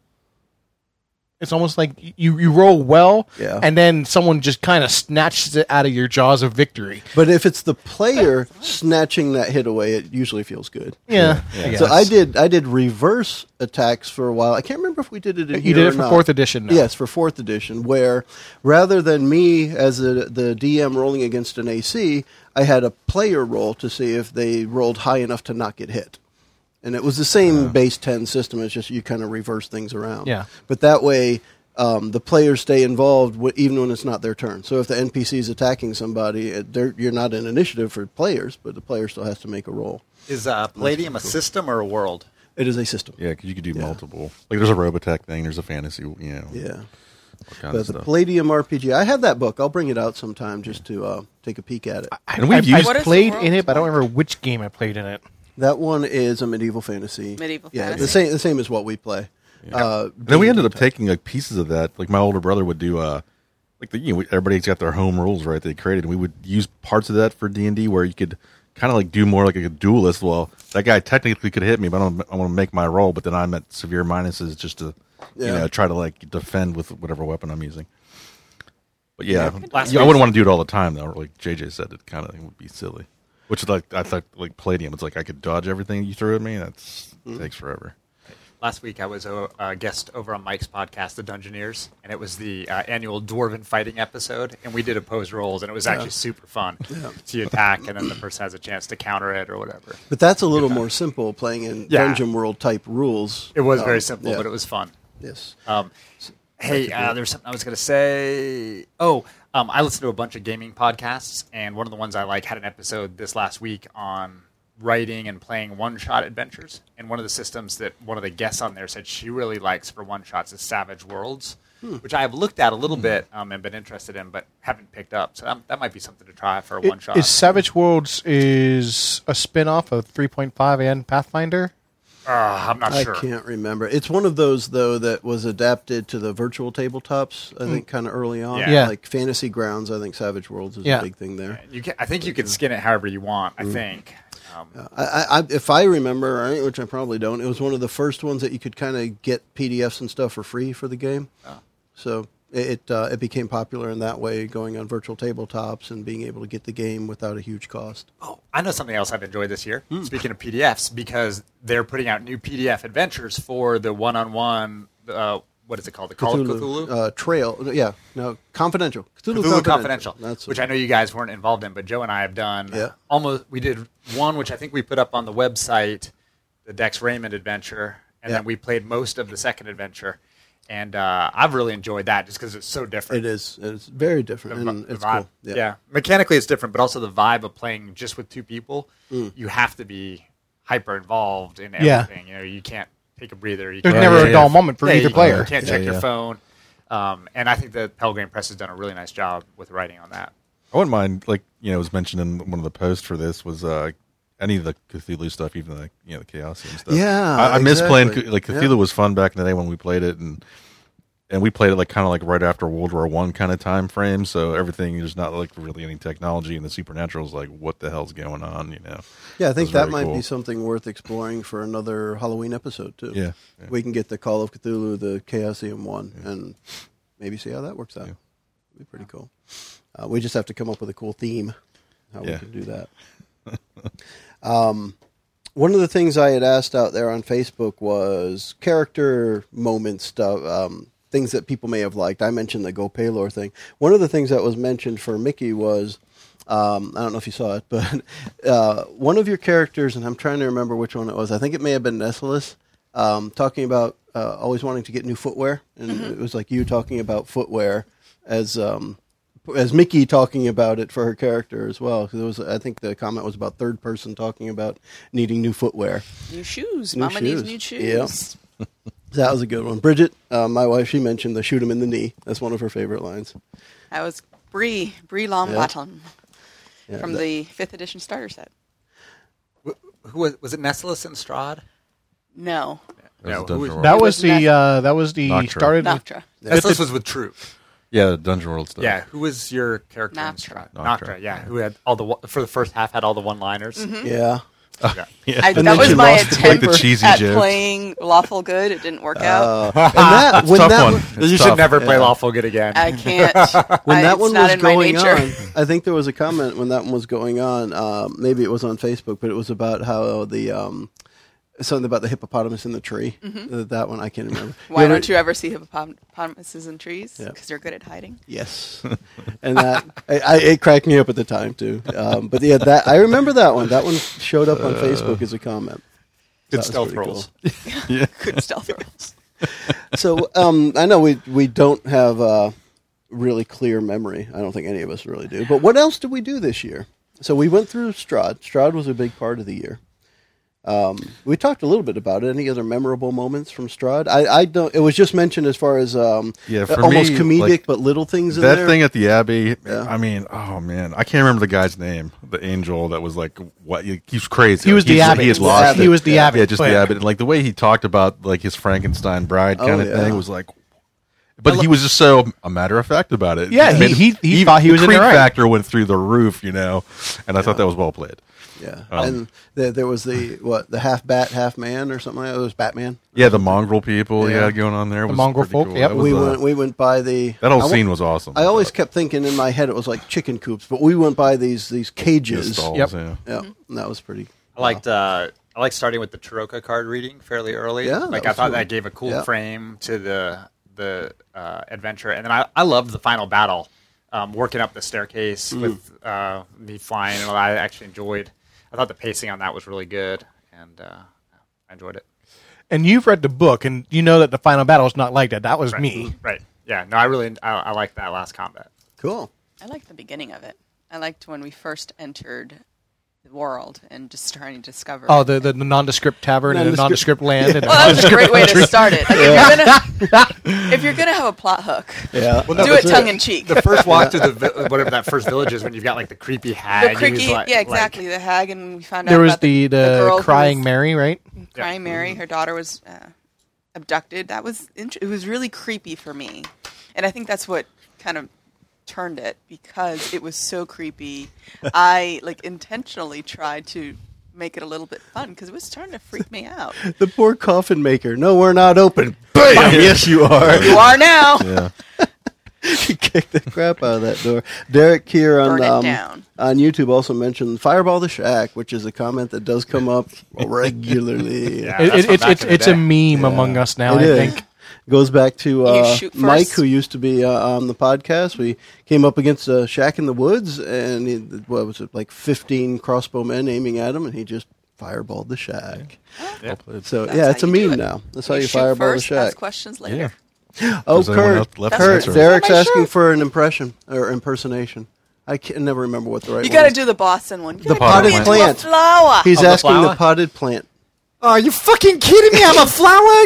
It's almost like you you roll well,
Yeah.
and then someone just kind of snatches it out of your jaws of victory.
But if it's the player snatching that hit away, it usually feels good.
Yeah,
So I did I did reverse attacks for a while. I can't remember if we did it in
You did
here
it
or
for
not.
fourth edition. Now.
Yes, for fourth edition, where rather than me as a, the DM rolling against an AC, I had a player roll to see if they rolled high enough to not get hit. And it was the same base 10 system, it's just you kind of reverse things around.
Yeah.
But that way, um, the players stay involved w- even when it's not their turn. So if the NPC is attacking somebody, it, they're- you're not an initiative for players, but the player still has to make a roll.
Is uh, Palladium a system or a world?
It is a system.
Yeah, because you could do multiple. Like there's a Robotech thing, there's a fantasy, you know.
Yeah.
all kinds
But
of
the
stuff.
Palladium RPG, I have that book. I'll bring it out sometime just to uh, take a peek at it.
and we've
I,
used
What
I
is the
played
world
in it, but I don't remember which game I played in it.
That one is a medieval fantasy.
Medieval
yeah,
fantasy.
the same the same as what we play. Uh,
And then we ended up taking like pieces of that. Like my older brother would do, uh, like the, you know, everybody's got their home rules, right? They created, and we would use parts of that for D and D, where you could kind of like do more like a duelist. Well, that guy technically could hit me, but I don't, I want to make my roll, but then I'm at severe minuses just to, you
Yeah.
know, try to like defend with whatever weapon I'm using. But yeah,
Last
yeah, I
week's-
wouldn't want to do it all the time though. Like JJ said, it kind of would be silly. Which is like I thought, like Palladium. It's like I could dodge everything you threw at me. That's takes forever.
Last week I was a, a guest over on Mike's podcast, The Dungeoneers, and it was the uh, annual Dwarven fighting episode, and we did opposed roles, and it was actually super fun. So you attack, and then the person has a chance to counter it or whatever.
but that's a little more simple, playing in
Yeah.
dungeon world type rules.
It was
Um,
very simple,
yeah.
but it was fun.
yes.
Um, hey, uh, there's something I was going to say. Oh, um, I listen to a bunch of gaming podcasts, and one of the ones I like had an episode this last week on writing and playing one-shot adventures. And one of the systems that one of the guests on there said she really likes for one-shots is Savage Worlds,
Hmm.
which I have looked at a little bit um, and been interested in, but haven't picked up. So that, that might be something to try for a
It-
one-shot.
Is Savage Worlds is a spin off of 3.5 and Pathfinder?
Uh, I'm not
I
sure.
can't remember. It's one of those though that was adapted to the virtual tabletops. I think kind of early on,
Mm. Yeah. Yeah.
like Fantasy Grounds. I think Savage Worlds is
Yeah.
a big thing there.
You can, I think you can skin it however you want.
Hmm.
I think. Um,
I, I, I- if I remember right, which I probably don't, it was one of the first ones that you could kind of get PDFs and stuff for free for the game.
Ah.
So it it, uh, it became popular in that way, going on virtual tabletops and being able to get the game without a huge cost.
Oh, I know something else I've enjoyed this year.
Hmm.
Speaking of PDFs, because they're putting out new PDF adventures for the one-on-one. Uh, what is it called? The Call of Cthulhu.
Uh, Trail, yeah, no, Confidential, Cthulhu,
Cthulhu Confidential,
That's
which I know you guys weren't involved in, but Joe and I have done
Yeah.
almost. We did one, which I think we put up on the website, the Dex Raymond adventure, and
Yeah.
then we played most of the second adventure, and uh, I've really enjoyed that just because it's so different.
it is. It's very different,
vi-
and
the
it's
vibe.
cool.
Yeah. mechanically it's different, but also the vibe of playing just with two people. You have to be hyper involved in
Yeah.
everything. You know, you can't take a breather. You
There's
can't-
never
yeah,
a dull
yeah.
moment for
Yeah,
either
you,
player.
You can't
Yeah,
check your
yeah.
phone. Um, and I think the Pelgrim Press has done a really nice job with writing on that.
I wouldn't mind, like you know, was mentioned in one of the posts for this was uh any of the Cthulhu stuff, even the you know the Chaosium stuff.
Yeah,
I, I miss playing
exactly.
Cth- like
Yeah.
Cthulhu was fun back in the day when we played it, and and we played it like kind of like right after World War One kind of time frame. So everything there's not like really any technology, and the supernatural is like what the hell's going on, you know?
Yeah, I
It was
think that
very
might be
cool.
something worth exploring for another Halloween episode too.
Yeah, yeah.
we can get the Call of Cthulhu, the Chaosium one, and maybe see how that works out. It'd be pretty cool. Uh, we just have to come up with a cool theme how we
Yeah.
can do that. um, one of the things I had asked out there on Facebook was character moments stuff. Um, Things that people may have liked. I mentioned the Go Paylor thing. One of the things that was mentioned for Mickey was um, I don't know if you saw it, but uh, one of your characters, and I'm trying to remember which one it was. I think it may have been Nessalus, um, talking about uh, always wanting to get new footwear, and it was like you talking about footwear as um, as Mickey talking about it for her character as well. 'Cause it was, I think the comment was about third person talking about needing new footwear.
New shoes.
New
Mama needs
shoes.
new
Yeah.
shoes.
That was a good one. Bridget, uh, my wife, she mentioned the shoot him in the knee. That's one of her favorite lines.
That was Brie Brie Longbottom
Yeah,
from
that-
the fifth edition starter set.
Who was, was it? Nessalus and Strahd?
No,
That was
No,
the
who
Dungeon
was-
World.
That was
was
the
Noctra.
uh, that was the
Noctra.
started with-
Noctra.
Nessalus was with Troop.
yeah, the Dungeon World stuff.
Yeah, who was your character? in
Noctra.
Strahd?
Noctra.
Noctra. Yeah, who had all the one- for the first half had all the one-liners.
Hmm?
Yeah.
Yeah.
I,
And
that
then
was
she
my
lost, like, the
attempt
cheesy
at
jokes.
playing lawful good. It didn't work out.
And that, when
tough
that
one.
wa-
It's
you
tough.
should never play
Yeah.
lawful good again.
I can't. I,
when that
it's
one
not
was
in my
going
nature.
on, I think there was a comment when that one was going on. Um, maybe it was on Facebook, but it was about how the um, something about the hippopotamus in the tree. Uh, that one I can't remember.
Mm-hmm. Why
ever-
don't you ever see hippopotamuses in trees?
Yeah.
Because they're good at hiding.
Yes, and that I, I, it cracked me up at the time too. Um, but yeah, that I remember that one. That one showed up on
Uh,
Facebook as a comment. That
Good
was
stealth
pretty cool.
rolls.
Good stealth rolls.
So um, I know we we don't have uh, really clear memory. I don't think any of us really do. But what else did we do this year? So we went through Strahd. Strahd was a big part of the year. Um, we talked a little bit about it. Any other memorable moments from Strahd? I, I don't. It was just mentioned as far as um,
Yeah, for
almost
me,
comedic,
like,
but little things in
that
there.
thing at the Abbey. I mean, oh man, I can't remember the guy's name. The angel that was like, what? He was crazy.
He was
Like,
the
he's-
abbot.
He had lost.
He
it.
was the
yeah.
abbot.
Yeah, just
But-
the abbot. And like the way he talked about like his Frankenstein bride
Oh,
kind of
yeah.
thing was like. But he was just so a matter of fact about it.
Yeah, he-
Made-
he- he thought he was
the
in the
creep
right.
factor went through the roof, you know, and I thought that was well played.
yeah,
Um,
and there, there was the what the half bat, half man, or something like that. It was Batman.
Yeah, the mongrel people
Yeah.
yeah. going on there. was
mongrel
pretty
folk,
Cool.
yep.
That was,
We
uh,
went. We went by the
that whole
I wa-
scene was awesome.
I always kept thinking in my head it was like chicken coops, but we went by these these
The
cages.
stalls,
Yep.
yeah.
Yeah,
Mm-hmm.
and that was pretty.
I liked uh, I liked starting with the Taroka card reading fairly early.
Yeah,
like
that
I
was
thought
cool.
that gave a cool
Yeah.
frame to the the uh, adventure, and then I, I loved the final battle, um, working up the staircase
Mm.
with uh, me flying. And I actually enjoyed. I thought the pacing on that was really good, and uh, I enjoyed it.
and you've read the book and you know that the final battle is not like that. That was
Right.
me.
right? Yeah, no, I really I, I liked that last combat.
Cool.
I liked the beginning of it. I liked when we first entered the world and just trying to discover.
Oh, the, the, the nondescript tavern and the
Nondescript-
nondescript land. And
well, that's a great way to start it. Like, if, you're gonna, if you're gonna have a plot hook,
Yeah.
Well, no,
do it
that's
tongue in cheek.
The first walk to the vi- whatever that first village is when you've got like the creepy hag.
The
who's,
creaky,
like-
yeah,
like-
exactly. the hag, and we found
there
out
was
about
the,
girl
the
who
crying
was-
Mary, right?
crying Mary. Her daughter was uh, abducted. That was int- it was really creepy for me, and I think that's what kind of turned it because it was so creepy. I like intentionally tried to make it a little bit fun because it was starting to freak me out.
The poor coffin maker. No, we're not open. Bam! yes, you are.
You are now.
Yeah.
she kicked the crap out of that door. Derek here on
Burn it
um,
down.
on YouTube also mentioned Fireball the Shack, which is a comment that does come up regularly.
Yeah,
It,
that's
it,
from
it's
back
it's,
in the
it's a
day.
meme among us now,
It
I
is.
think.
Goes back to
You
uh,
shoot first.
Mike, who used to be uh, on the podcast. We came up against a shack in the woods, and he, what was it, like 15 crossbow men aiming at him, and he just fireballed the shack. So,
That's
yeah,
how
it's a
you do
meme
it.
now. That's
You
how you
shoot
fireball
first,
the shack.
Ask questions later.
Yeah.
Oh,
Does anyone
Kurt.
else left
That's
Kurt
answer?
Derek's
Not my
asking
shirt.
for an impression or impersonation. I can never remember what the right
You
one
got to
is.
do the Boston one.
The potted plant.
Flower.
He's
the
asking the,
flower?
potted plant.
Are you fucking kidding me? I'm a flower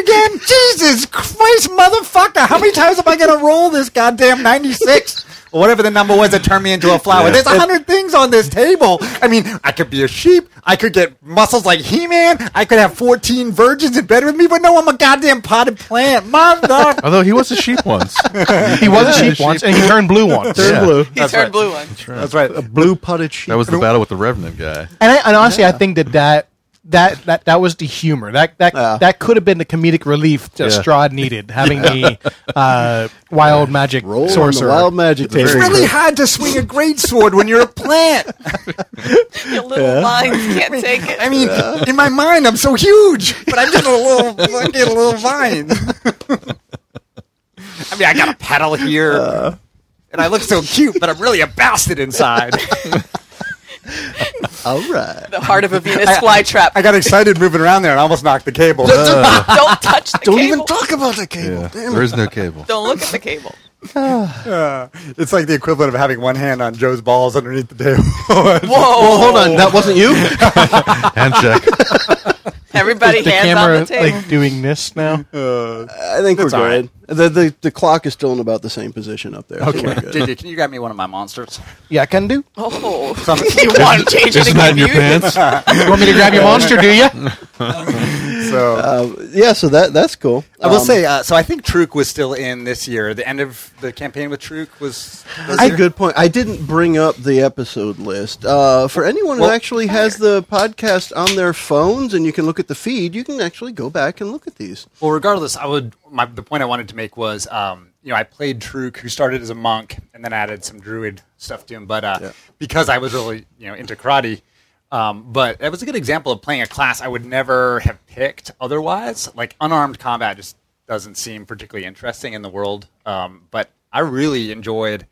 again? Jesus Christ, motherfucker. How many times am I going to roll this goddamn 96?
Or whatever the number was that turned me into a flower.
Yeah.
There's a hundred things on this table. I mean, I could be a sheep. I could get muscles like He-Man. I could have 14 virgins in bed with me, but no, I'm a goddamn potted plant. Mother.
Although he was a sheep once.
He was a
Yeah,
sheep
sheep.
once, and he turned blue once.
Third
Yeah.
blue.
He turned blue one.
That's right.
A blue potted sheep.
That was the battle with the Revenant guy.
And, I, and honestly, I think that that that that, that was the humor. That that
Yeah.
that could have been the comedic relief that
Yeah.
Strahd needed, having the uh, wild magic
Roll on the
sorcerer.
wild magic
It's
table.
really hard to swing a great sword when you're a plant.
Your little lines can't take it.
I mean, in my mind, I'm so huge, but I'm just a little fucking little vine. I mean, I got a petal here, and I look so cute, but I'm really a bastard inside.
All right.
the heart of a Venus flytrap.
I got excited moving around there and almost knocked the cable.
don't touch the
Uh. Don't
cable.
even talk about the cable.
Yeah.
Damn
There is no cable.
Don't look at the cable.
Uh, it's like the equivalent of having one hand on Joe's balls underneath the table.
Whoa! Well,
Hold on, that wasn't you?
Hand check.
Everybody
Is the
hands
camera
on the table.
like doing this now?
I think
It's
we're
all
good. The, the, the clock is still in about the same position up there. so
Okay.
we're good.
can you grab me one of my monsters?
Yeah, I can do.
oh, you want to change it
Isn't that
again?
in your
you-
pants?
You want me to grab your monster? Do you?
So
Uh, yeah, so that that's cool.
I will
Um,
say, uh, so I think Truk was still in this year. The end of the campaign with Truk was.
that's a good point. I didn't bring up the episode list. Uh, for anyone who
Well-
actually has the podcast on their phones and you can look at the feed, you can actually go back and look at these.
Well, regardless, I would. My, the point I wanted to make was, um, you know, I played Truk, who started as a monk and then added some druid stuff to him. But uh,
Yeah.
because I was really, you know, into karate, um, but that was a good example of playing a class I would never have picked otherwise. Like unarmed combat just doesn't seem particularly interesting in the world. Um, but I really enjoyed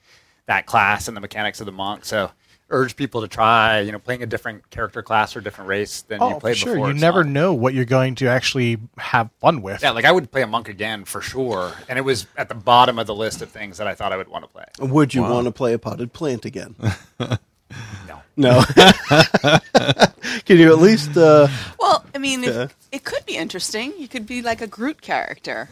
that class and the mechanics of the monk. So urge people to try, you know, playing a different character class or different race than you
Oh, for
played
sure.
before.
You
It's
never
fun.
know what you're going to actually have fun with.
Yeah, like I would play a monk again for sure, and it was at the bottom of the list of things that I thought I would want to play.
Would you want to play a potted plant again?
No.
No. Can you at least? Uh,
Well, I mean, if-
Yeah.
it could be interesting. You could be like a Groot character.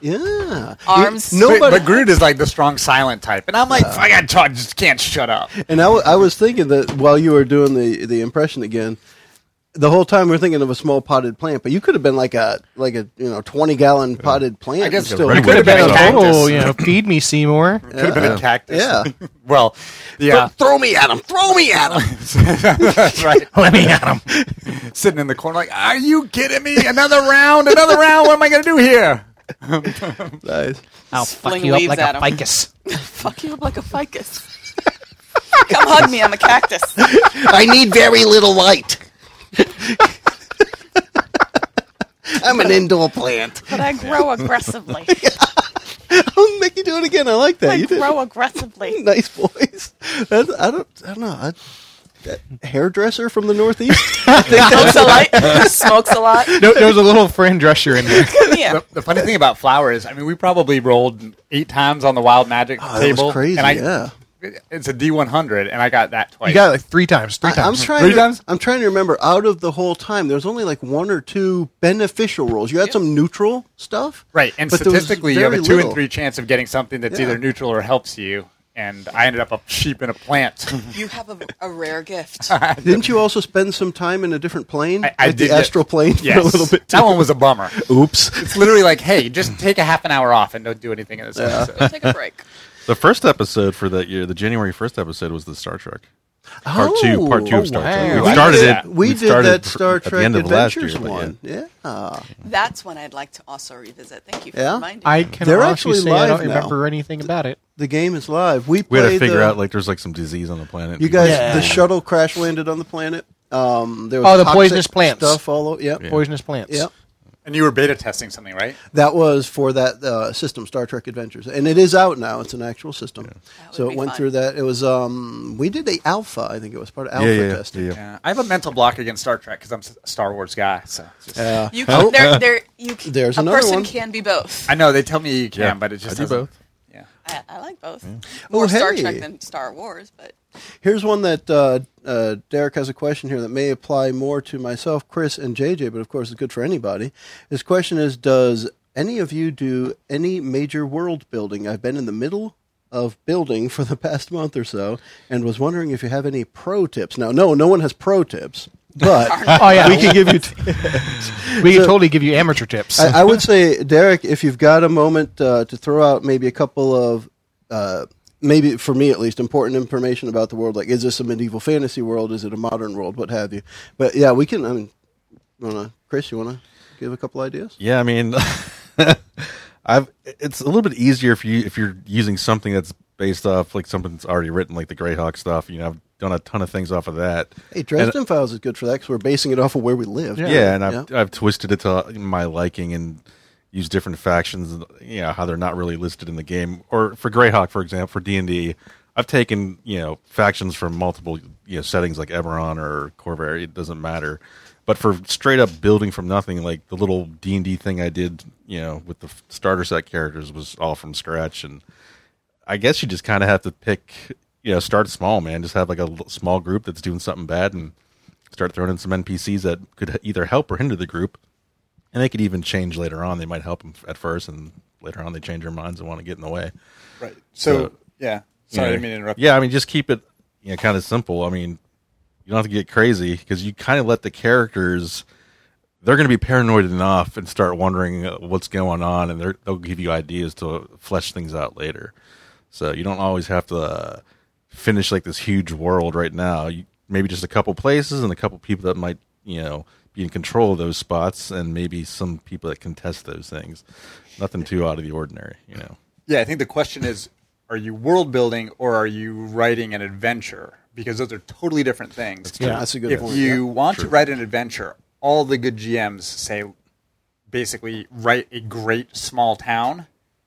yeah.
Arms.
You- nobody.
but Groot is like the strong silent type, and I'm like, I got Todd just can't shut up.
And I, w- I was thinking that while you were doing the the impression again, the whole time we are thinking of a small potted plant, but you could have been like a like a you know twenty gallon potted plant.
I
and
guess
still
it
would
could have been a
Oh,
cactus.
you know, feed me, Seymour.
Could have been a cactus.
Yeah.
well, yeah,
Throw me at him! Throw me at him!
that's right.
Let me at him.
Sitting in the corner, like, are you kidding me? Another round, another round. What am I gonna do here?
nice.
I'll
Fling leaves at him.
ficus.
Fuck you up like a ficus. Come hug me. I'm a cactus.
I need very little light. I'm an indoor plant.
But I grow aggressively.
I'll make Oh, you do it again. I like that.
I
you did.
grow aggressively.
nice voice. That's, I don't. I don't know. I, that hairdresser from the northeast. I think that's-
Smokes a lot. Smokes a lot.
No, there was a little friend dresser in there.
Come here.
The funny thing about flower is, I mean, we probably rolled eight times on the wild magic
Oh, that was
table.
crazy,
and I,
yeah.
it's a D100, and I got that twice.
You got it like three times. Three
I,
times.
am trying.
Three
To,
times.
I'm trying to remember. Out of the whole time, there's only like one or two beneficial rolls. You had some neutral stuff,
right, and
but there was
statistically, you have a
very
two
little.
and three chance of getting something that's
Yeah.
either neutral or helps you. And I ended up a sheep in a plant.
You have a, a rare gift.
Didn't you also spend some time in a different plane,
I- I
like the
did get-
astral plane,
yes,
for a little bit?
that one was a bummer.
Oops.
It's literally like, hey, just take a half an hour off and don't do anything in this episode.
Take a break.
The first episode for that year, the January first episode, was the Star Trek. Part two, part two
Oh,
of Star
wow.
Trek.
We
We started
did,
it.
We, did
started
that
pr-
Star
at the
Trek
end of last
Adventures
year, but yeah.
one. Yeah.
That's one I'd like to also revisit. Thank you for
Yeah?
reminding
I
me.
can
They're
honestly
actually
say I
live
don't
now.
remember anything about it.
the game is live. We
We had to
played
figure
the-
out like there's like some disease on the planet.
You guys,
Yeah.
the shuttle crash landed on the planet. Um, there was
Oh, the
toxic
poisonous plants.
stuff all over. Yep. Yeah,
Poisonous plants.
yeah.
and you were beta testing something, right?
That was for that uh, system, Star Trek Adventures, and it is out now. It's an actual system,
That
so
would
it
be
went
fun.
through that. It was um, we did a alpha, I think it was part of alpha
yeah, yeah,
testing.
yeah.
Yeah. I have a mental block against Star Trek because I'm s- a Star Wars guy. So just-
Yeah.
You can, there, there, you can,
There's
a
another
person
one.
can be both.
I know they tell me you can,
Yeah,
but it just
I do
doesn't-
both.
Yeah.
I, I like both. More
Oh,
Star
hey.
Trek than Star Wars, but
Here's one that uh, uh, Derek has a question here that may apply more to myself, Chris, and JJ, but of course it's good for anybody. His question is Does any of you do any major world building? I've been in the middle of building for the past month or so and was wondering if you have any pro tips. Now, no, no one has pro tips, but
Oh yeah,
we can give you. T-
we can totally give you amateur tips.
I, I would say, Derek, if you've got a moment uh, to throw out maybe a couple of, uh, maybe for me at least, important information about the world, like is this a medieval fantasy world? Is it a modern world? What have you? But yeah, we can. I mean, wanna, Chris, you want to give a couple ideas?
Yeah, I mean, I've it's a little bit easier if you if you're using something that's based off like something that's already written, like the Greyhawk stuff. You know, I've done a ton of things off of that.
Hey, Dresden Files is good for that because we're basing it off of where we live.
Yeah, and I've I've twisted it to my liking and used different factions. and, You know how they're not really listed in the game, or for Greyhawk, for example, for D and D. I've taken you know factions from multiple you know settings like Eberron or Corvair. It doesn't matter. But for straight up building from nothing, like the little D and D thing I did, you know, with the f- starter set characters was all from scratch, and I guess you just kind of have to pick, you know, start small, man. Just have like a l- small group that's doing something bad and start throwing in some NPCs that could h- either help or hinder the group. And they could even change later on. They might help them at first, and later on they change their minds and want to get in the way.
Right. So,
So-
yeah. Sorry,
You know,
I didn't mean to interrupt.
Yeah, I mean, just keep it, you know, kind of simple. I mean, you don't have to get crazy because you kind of let the characters. They're going to be paranoid enough and start wondering uh, what's going on, and they're- they'll give you ideas to flesh things out later. So you don't always have to uh, finish like this huge world right now. You, maybe just a couple places and a couple people that might, you know, be in control of those spots, and maybe some people that can test those things. Nothing too out of the ordinary, you know.
Yeah, I think the question is are you world building or are you writing an adventure? Because those are totally different things.
Yeah.
that's a good
if
point. yeah.
you want to write an adventure, all the good GMs say basically write a great small town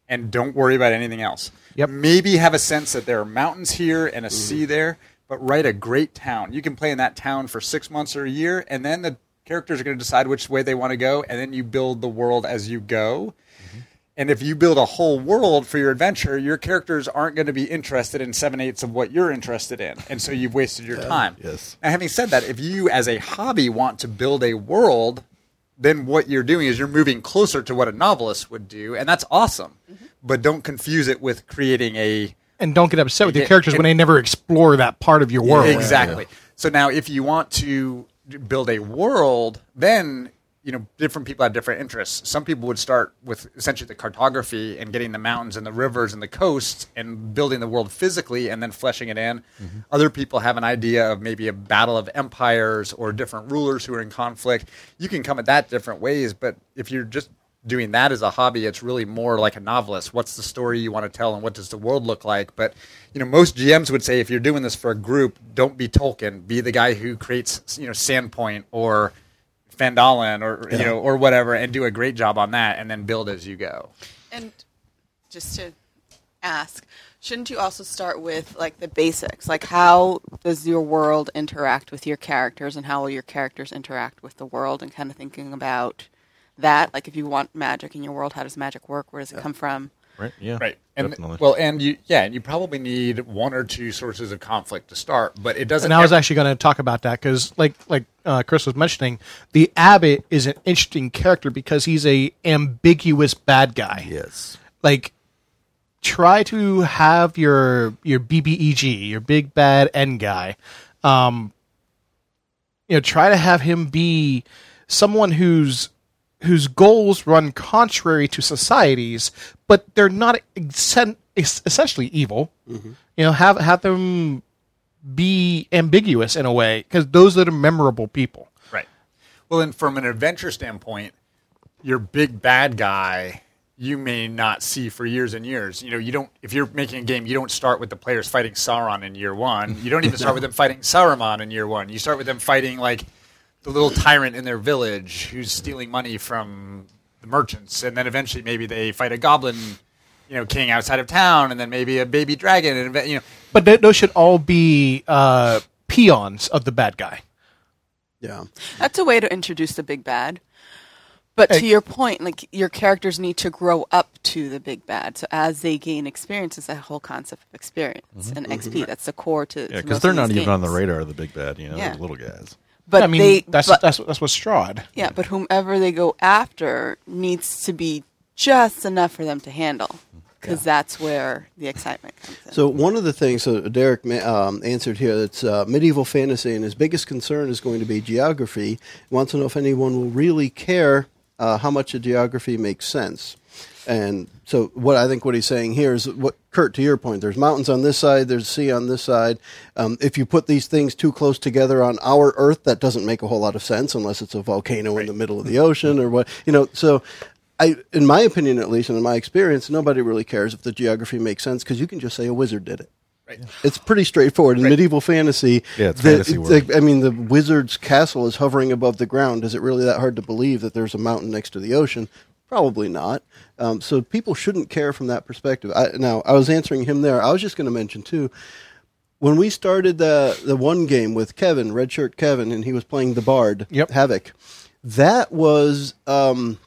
and don't worry about anything else.
Yep.
Maybe have a sense that there are mountains here and a sea
Mm-hmm.
there, but write a great town. You can play in that town for six months or a year, and then the characters are going to decide which way they want to go, and then you build the world as you go.
Mm-hmm.
And if you build a whole world for your adventure, your characters aren't going to be interested in seven eighths of what you're interested in. And so you've wasted your time.
yes.
Now, having said that, if you as a hobby want to build a world, then what you're doing is you're moving closer to what a novelist would do. And that's awesome. But don't confuse it with creating a.
and don't get upset with your
Yeah,
characters when
and-
they never explore that part of your world.
Exactly. So now, if you want to build a world, then you know different people have different interests. Some people would start with essentially the cartography and getting the mountains and the rivers and the coasts and building the world physically and then fleshing it in. Other people have an idea of maybe a battle of empires or different rulers who are in conflict. You can come at that different ways, but if you're just doing that as a hobby it's really more like a novelist what's the story you want to tell and what does the world look like but you know most gms would say if you're doing this for a group don't be tolkien be the guy who creates you know sandpoint or fandalin or you know or whatever and do a great job on that and then build as you go
And just to ask, shouldn't you also start with like the basics? Like how does your world interact with your characters and how will your characters interact with the world and kind of thinking about that? Like if you want magic in your world, how does magic work? Where does it come from?
Right. Yeah.
Right. And
definitely.
well, and you yeah, and you probably need one or two sources of conflict to start, but it doesn't.
And I was
ev-
actually going to talk about that because, like, like uh, Chris was mentioning, the abbot is an interesting character because he's a ambiguous bad guy.
Yes.
Like, try to have your your BBEG, your big bad end guy. Um, you know, try to have him be someone who's whose goals run contrary to society's, but they're not exen- es- essentially evil.
Mm-hmm.
You know, have have them be ambiguous in a way because those are the memorable people.
right. Well, and from an adventure standpoint, your big bad guy you may not see for years and years. You know, you don't if you're making a game, you don't start with the players fighting Sauron in year one. You don't even start with them fighting Saruman in year one. You start with them fighting like the little tyrant in their village who's stealing money from the merchants, and then eventually maybe they fight a goblin, you know, king outside of town, and then maybe a baby dragon, and ev- you know.
But th- those should all be uh, peons of the bad guy.
Yeah.
That's a way to introduce the big bad. But to your point, like your characters need to grow up to the big bad. So as they gain experience, it's that whole concept of experience and XP. That's the core to
Mm-hmm. Yeah,
to most
because
of
they're not
these
even on the
games.
radar of the big bad. You know,
Yeah.
the little guys.
But
I mean,
they,
that's,
but,
that's that's what Strahd.
yeah, but whomever they go after needs to be just enough for them to handle,
Mm.
because that's where the excitement comes in.
So one of the things that Derek ma- um, answered here that's uh, medieval fantasy, and his biggest concern is going to be geography. He wants to know if anyone will really care uh, how much the geography makes sense. And so, what I think what he's saying here is what Kurt, to your point, there's mountains on this side, there's sea on this side. Um, if you put these things too close together on our Earth, that doesn't make a whole lot of sense unless it's a volcano in the middle of the ocean or what you know. So, I, in my opinion, at least, and in my experience, nobody really cares if the geography makes sense because you can just say a wizard did it.
Right.
It's pretty straightforward in medieval fantasy.
Yeah, it's
the-
fantasy
it's
world.
like- I mean, the wizard's castle is hovering above the ground. Is it really that hard to believe that there's a mountain next to the ocean? Probably not. Um, so people shouldn't care from that perspective. I, now, I was answering him there. I was just going to mention too when we started the the one game with Kevin, red shirt Kevin, and he was playing the Bard,
Yep.
Havoc. That was um,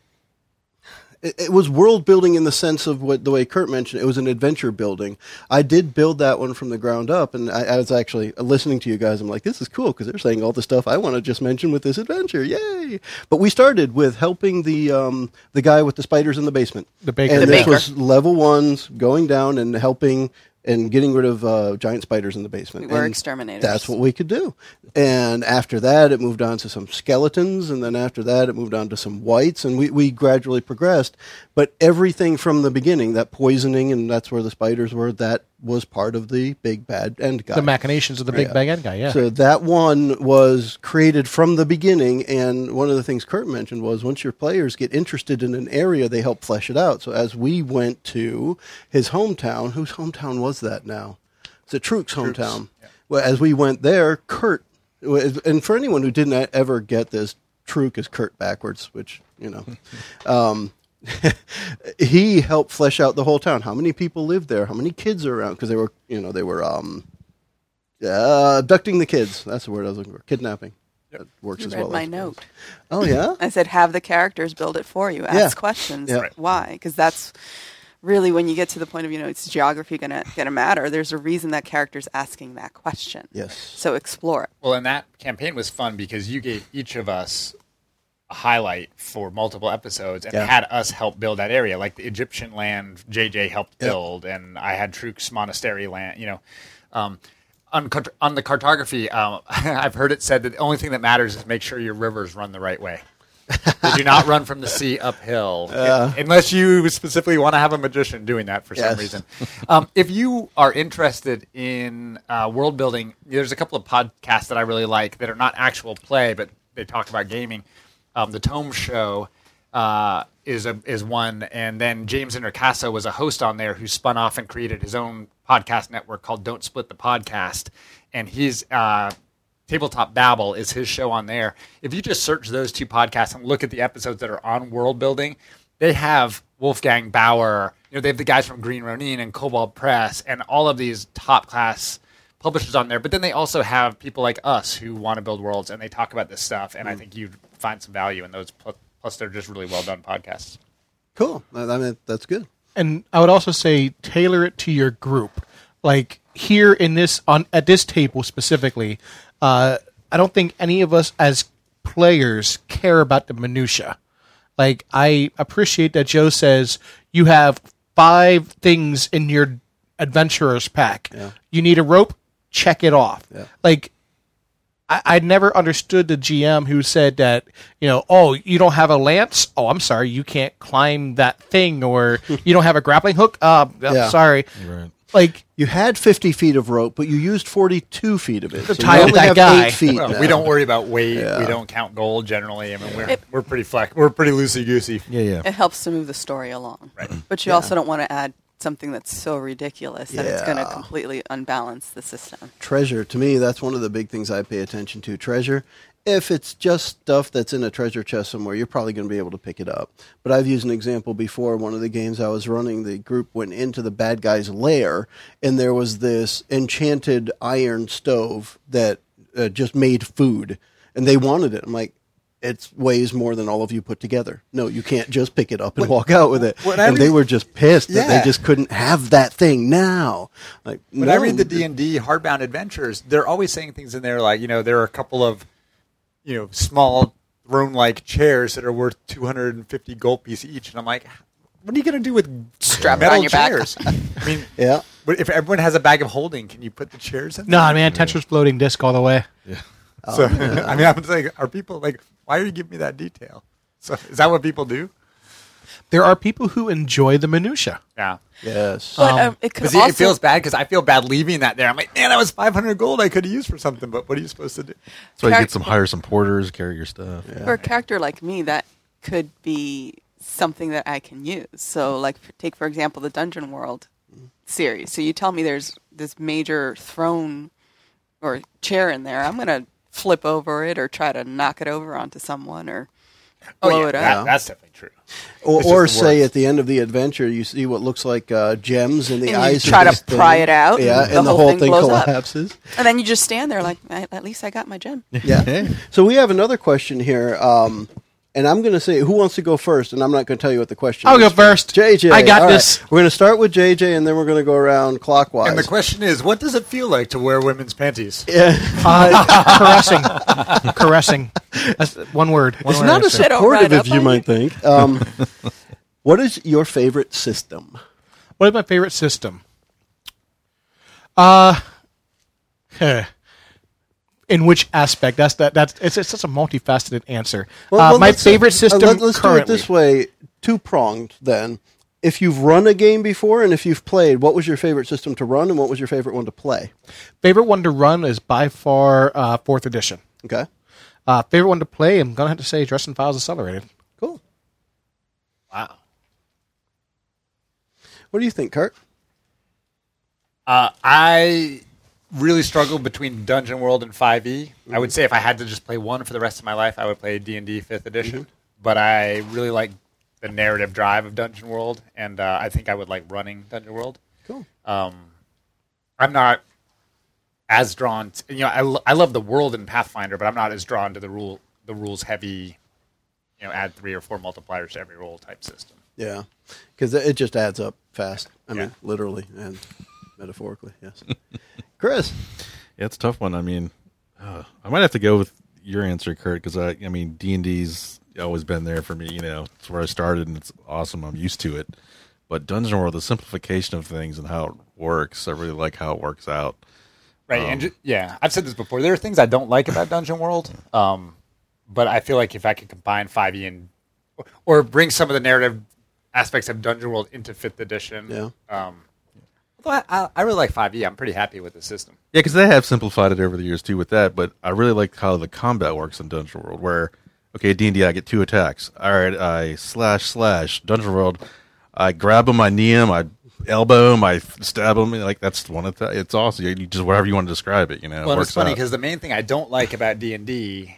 it, it was world building in the sense of what the way Kurt mentioned. It was an adventure building. I did build that one from the ground up, and I, I was actually listening to you guys. I'm like, this is cool because they're saying all the stuff I want to just mention with this adventure. Yay! But we started with helping the um, the guy with the spiders in the basement.
The baker.
And
The
this
baker.
was level ones going down and helping and getting rid of uh, giant spiders in the basement.
We were
And
exterminators.
That's what we could do. And after that, it moved on to some skeletons, and then after that, it moved on to some whites, and we, we gradually progressed. But everything from the beginning, that poisoning, and that's where the spiders were, that was part of the big bad end guy.
The machinations of the big bad end guy. Yeah.
So that one was created from the beginning, and one of the things Kurt mentioned was once your players get interested in an area, they help flesh it out. So as we went to his hometown, whose hometown was that now? It's it Truk's hometown. Well, as we went there, Kurt, and for anyone who didn't e-, ever get this, Truk is Kurt backwards, which you know. Um, he helped flesh out the whole town. How many people lived there? How many kids are around? Because they were, you know, they were um, uh, abducting the kids. That's the word I was looking for. Kidnapping. That works
You
as
read
well. I
my
suppose.
note.
Oh yeah.
I said, have the characters build it for you. Ask
Yeah.
questions.
Yeah. Right.
Why? Because that's really when you get to the point of you know, it's geography gonna gonna matter. There's a reason that character's asking that question.
yes.
So explore it.
Well, and that campaign was fun because you gave each of us a highlight for multiple episodes and
Yeah.
had us help build that area, like the Egyptian land JJ helped build, and I had Truk's monastery land. You know, um, on cart- on the cartography, um, I've heard it said that the only thing that matters is make sure your rivers run the right way. they do not run from the sea uphill, unless you specifically want to have a magician doing that for
Yes.
some reason um, if you are interested in uh, world building, there's a couple of podcasts that I really like that are not actual play, but they talk about gaming. Um, the Tome Show uh, is a, is one, and then James Intercasso was a host on there who spun off and created his own podcast network called Don't Split the Podcast, and he's uh, Tabletop Babble is his show on there. If you just search those two podcasts and look at the episodes that are on world building, they have Wolfgang Bauer. You know, they have the guys from Green Ronin and Cobalt Press and all of these top class publishers on there. But then they also have people like us who want to build worlds and they talk about this stuff. And I think you find some value in those. Pl- Plus, they're just really well done podcasts.
Cool. I I mean that's good.
and I would also say tailor it to your group. Like here in this on at this table specifically, uh, I don't think any of us as players care about the minutia. Like I appreciate that Joe says you have five things in your adventurer's pack. You need a rope, check it off. Like I, I never understood the GM who said that, you know, oh, you don't have a lance? Oh, I'm sorry, you can't climb that thing, or you don't have a grappling hook? Uh, I'm
Yeah.
sorry.
Right.
Like,
You had 50 feet of rope, but you used 42 feet of it. So
tie
you
up
only
that
have
guy.
Eight feet
Well,
now.
We don't worry about weight. We don't count gold generally. I mean, we're, we're pretty flex. We're pretty loosey goosey.
Yeah, yeah.
It helps to move the story along. Right.
Mm-hmm.
But you also don't want to add something that's so ridiculous that it's going to
Yeah.
completely unbalance the system.
treasure to me that's one of the big things i pay attention to treasure if it's just stuff that's in a treasure chest somewhere you're probably going to be able to pick it up but i've used an example before one of the games i was running the group went into the bad guy's lair and there was this enchanted iron stove that uh, just made food and they wanted it i'm like it weighs more than all of you put together. No, you can't just pick it up and walk out with it.
when I
And they
read-
were just pissed that
Yeah.
they just couldn't have that thing now. Like
When I
no,
read the D and D Hardbound Adventures, they're always saying things in there like, you know, there are a couple of, you know, small throne-like chairs that are worth 250 gold piece each, and I'm like, what are you going to do with
Strap it
metal
on your back.
chairs? I mean,
Yeah.
But if everyone has a bag of holding, can you put the chairs in?
nah, man, Tetris floating disc all the way.
Oh,
there? So, I mean, I'm saying, are people like, why are you giving me that detail? So, is that what people do?
There are people who enjoy the minutia.
Yeah.
Yes.
But um, it could
Because
also
it feels bad because I feel bad leaving that there. I'm like, man, that was 500 gold I could have used for something, but what are you supposed to do?
So you
Character-
get some hire some porters, carry your stuff.
for a character like me that could be something that I can use. So, like, f- take for example the Dungeon World series. So you tell me there's this major throne or chair in there. I'm gonna flip over it or try to knock it over onto someone or
Oh,
blow it up.
that's definitely true.
Or,
It's just
or
the
say
worst.
at the end of the adventure, you see what looks like uh, gems in the
And you
eyes.
try
of
to
this thing.
pry it out,
Yeah,
and
and the whole thing,
blows up.
collapses.
And then you just stand there like, "At at least I got my gem.
Yeah. so we have another question here, um, and I'm going to say who wants to go first, and I'm not going to tell you what the question.
I'll
is.
go first.
JJ,
I got
all right.
this.
We're going to start with JJ, and then we're going to go around clockwise.
And the question is, what does it feel like to wear women's panties?
Uh, caressing. caressing. That's one word. One
it's
word
not
I
as
said.
They don't ride
supportive
up
as you
on
might think. Um, what is your favorite system?
What is my favorite system? Uh, huh. in which aspect? That's that. That's it's, it's such a multifaceted answer.
Well,
uh,
well,
my
let's-
favorite
uh,
system
let, us
currently.
do it this way, two pronged. Then, if you've run a game before and if you've played, what was your favorite system to run and what was your favorite one to play?
Favorite one to run is by far uh, fourth edition.
Okay,
Uh, favorite one to play, I'm gonna have to say Dresden Files Accelerated.
cool.
Wow.
What do you think, Kurt?
Uh, I really struggled between Dungeon World and 5e. I would say if I had to just play one for the rest of my life, I would play D&D 5th edition. But I really like the narrative drive of Dungeon World, and uh, I think I would like running Dungeon World.
Cool.
Um, I'm not as drawn. To, you know, I, lo- I love the world in Pathfinder, but I'm not as drawn to the rule the rules heavy. You know, add three or four multipliers to every roll type system.
Yeah, because it just adds up fast. I
Yeah.
mean, literally and metaphorically. Yes. Chris,
Yeah, it's a tough one. I mean, uh, I might have to go with your answer, Kurt, because I, I mean, D and D's always been there for me. You know, it's where I started, and it's awesome. I'm used to it. But Dungeon World, the simplification of things and how it works, I really like how it works out.
Right, and ju- yeah, I've said this before. There are things I don't like about Dungeon World, um, but I feel like if I could combine Five E and or- or bring some of the narrative aspects of Dungeon World into Fifth Edition,
Yeah.
Um, although I, I, I really like Five E, I'm pretty happy with the system.
Yeah, because they have simplified it over the years too with that. But I really like how the combat works in Dungeon World, where okay, D and D, I get two attacks. All right, I slash slash Dungeon World. I grab him, I knee him, I elbow him, I stab him. Like that's one of the. It's awesome. You you just whatever you want to describe it. You know, it
Well, and
works
it's funny
out.
because the main thing I don't like about D and D,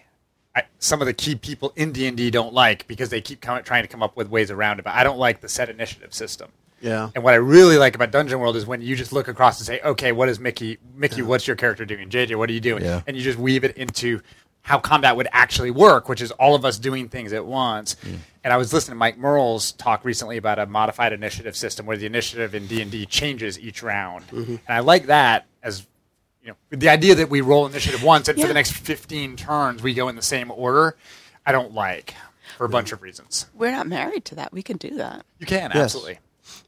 some of the key people in D and D don't like because they keep com- trying to come up with ways around it. But I don't like the set initiative system.
Yeah.
And what I really like about Dungeon World is when you just look across and say, "Okay, what is Mickey? Mickey, what's your character doing? JJ, what are you doing?"
Yeah.
And you just weave it into how combat would actually work, which is all of us doing things at once. And I was listening to Mike Merle's talk recently about a modified initiative system where the initiative in D and D changes each round, and I like that as you know the idea that we roll initiative once and for the next fifteen turns we go in the same order. I don't like for a bunch of reasons.
We're not married to that. We can do that.
You can
Yes.
absolutely.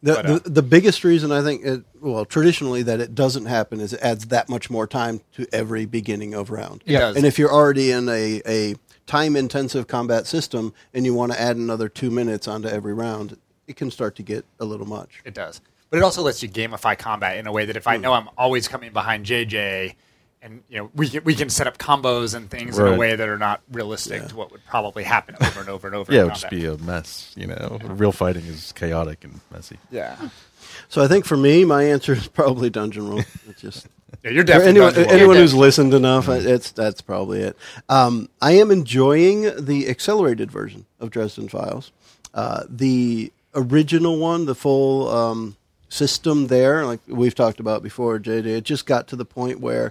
The,
But, uh,
the, the biggest reason I think, it, well, traditionally that it doesn't happen is it adds that much more time to every beginning of round.
It does.
And if you're already in a, a time intensive combat system and you want to add another two minutes onto every round, it can start to get a little much.
It does. But it also lets you gamify combat in a way that
Hmm.
if I know I'm always coming behind JJ, and you know we can, we can set up combos and things in
Right.
a way that are not realistic to what would probably happen over and over and over.
Yeah, it
in
would just
combat.
be a mess. You know, real fighting is chaotic and messy.
yeah.
So I think for me, my answer is probably Dungeon Roll. It's just.
yeah. You're
For
definitely
anyone,
Dungeon Lord.
anyone
You're
who's
definitely-
listened enough, I- it's that's probably it. Um, I am enjoying the accelerated version of Dresden Files. Uh, the original one, the full um, system there, like we've talked about before, JJ, it just got to the point where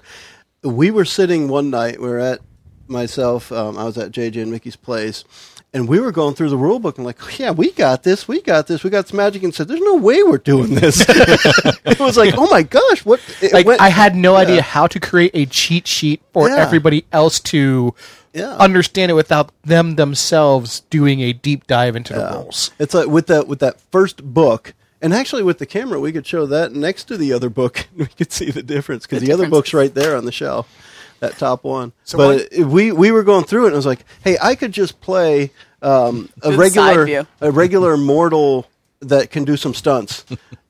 we were sitting one night. We were at myself. Um, I was at JJ and Mickey's place. And we were going through the rule book and like, "Oh, yeah, we got this, we got this, we got this magic, and said, "There's no way we're doing this." it was like, "Oh my gosh, what?" it
Like
went-
I had no idea how to create a cheat sheet for
Yeah.
everybody else to
Yeah.
understand it without them themselves doing a deep dive into the rules.
It's like with that with that first book, and actually with the camera, we could show that next to the other book, and we could see the difference because the,
The
other book's
differences.
right there on the shelf, that top one.
So
but it- we we were going through it, and I was like, hey, I could just play um, a
Good
regular
side view.
a regular mortal that can do some stunts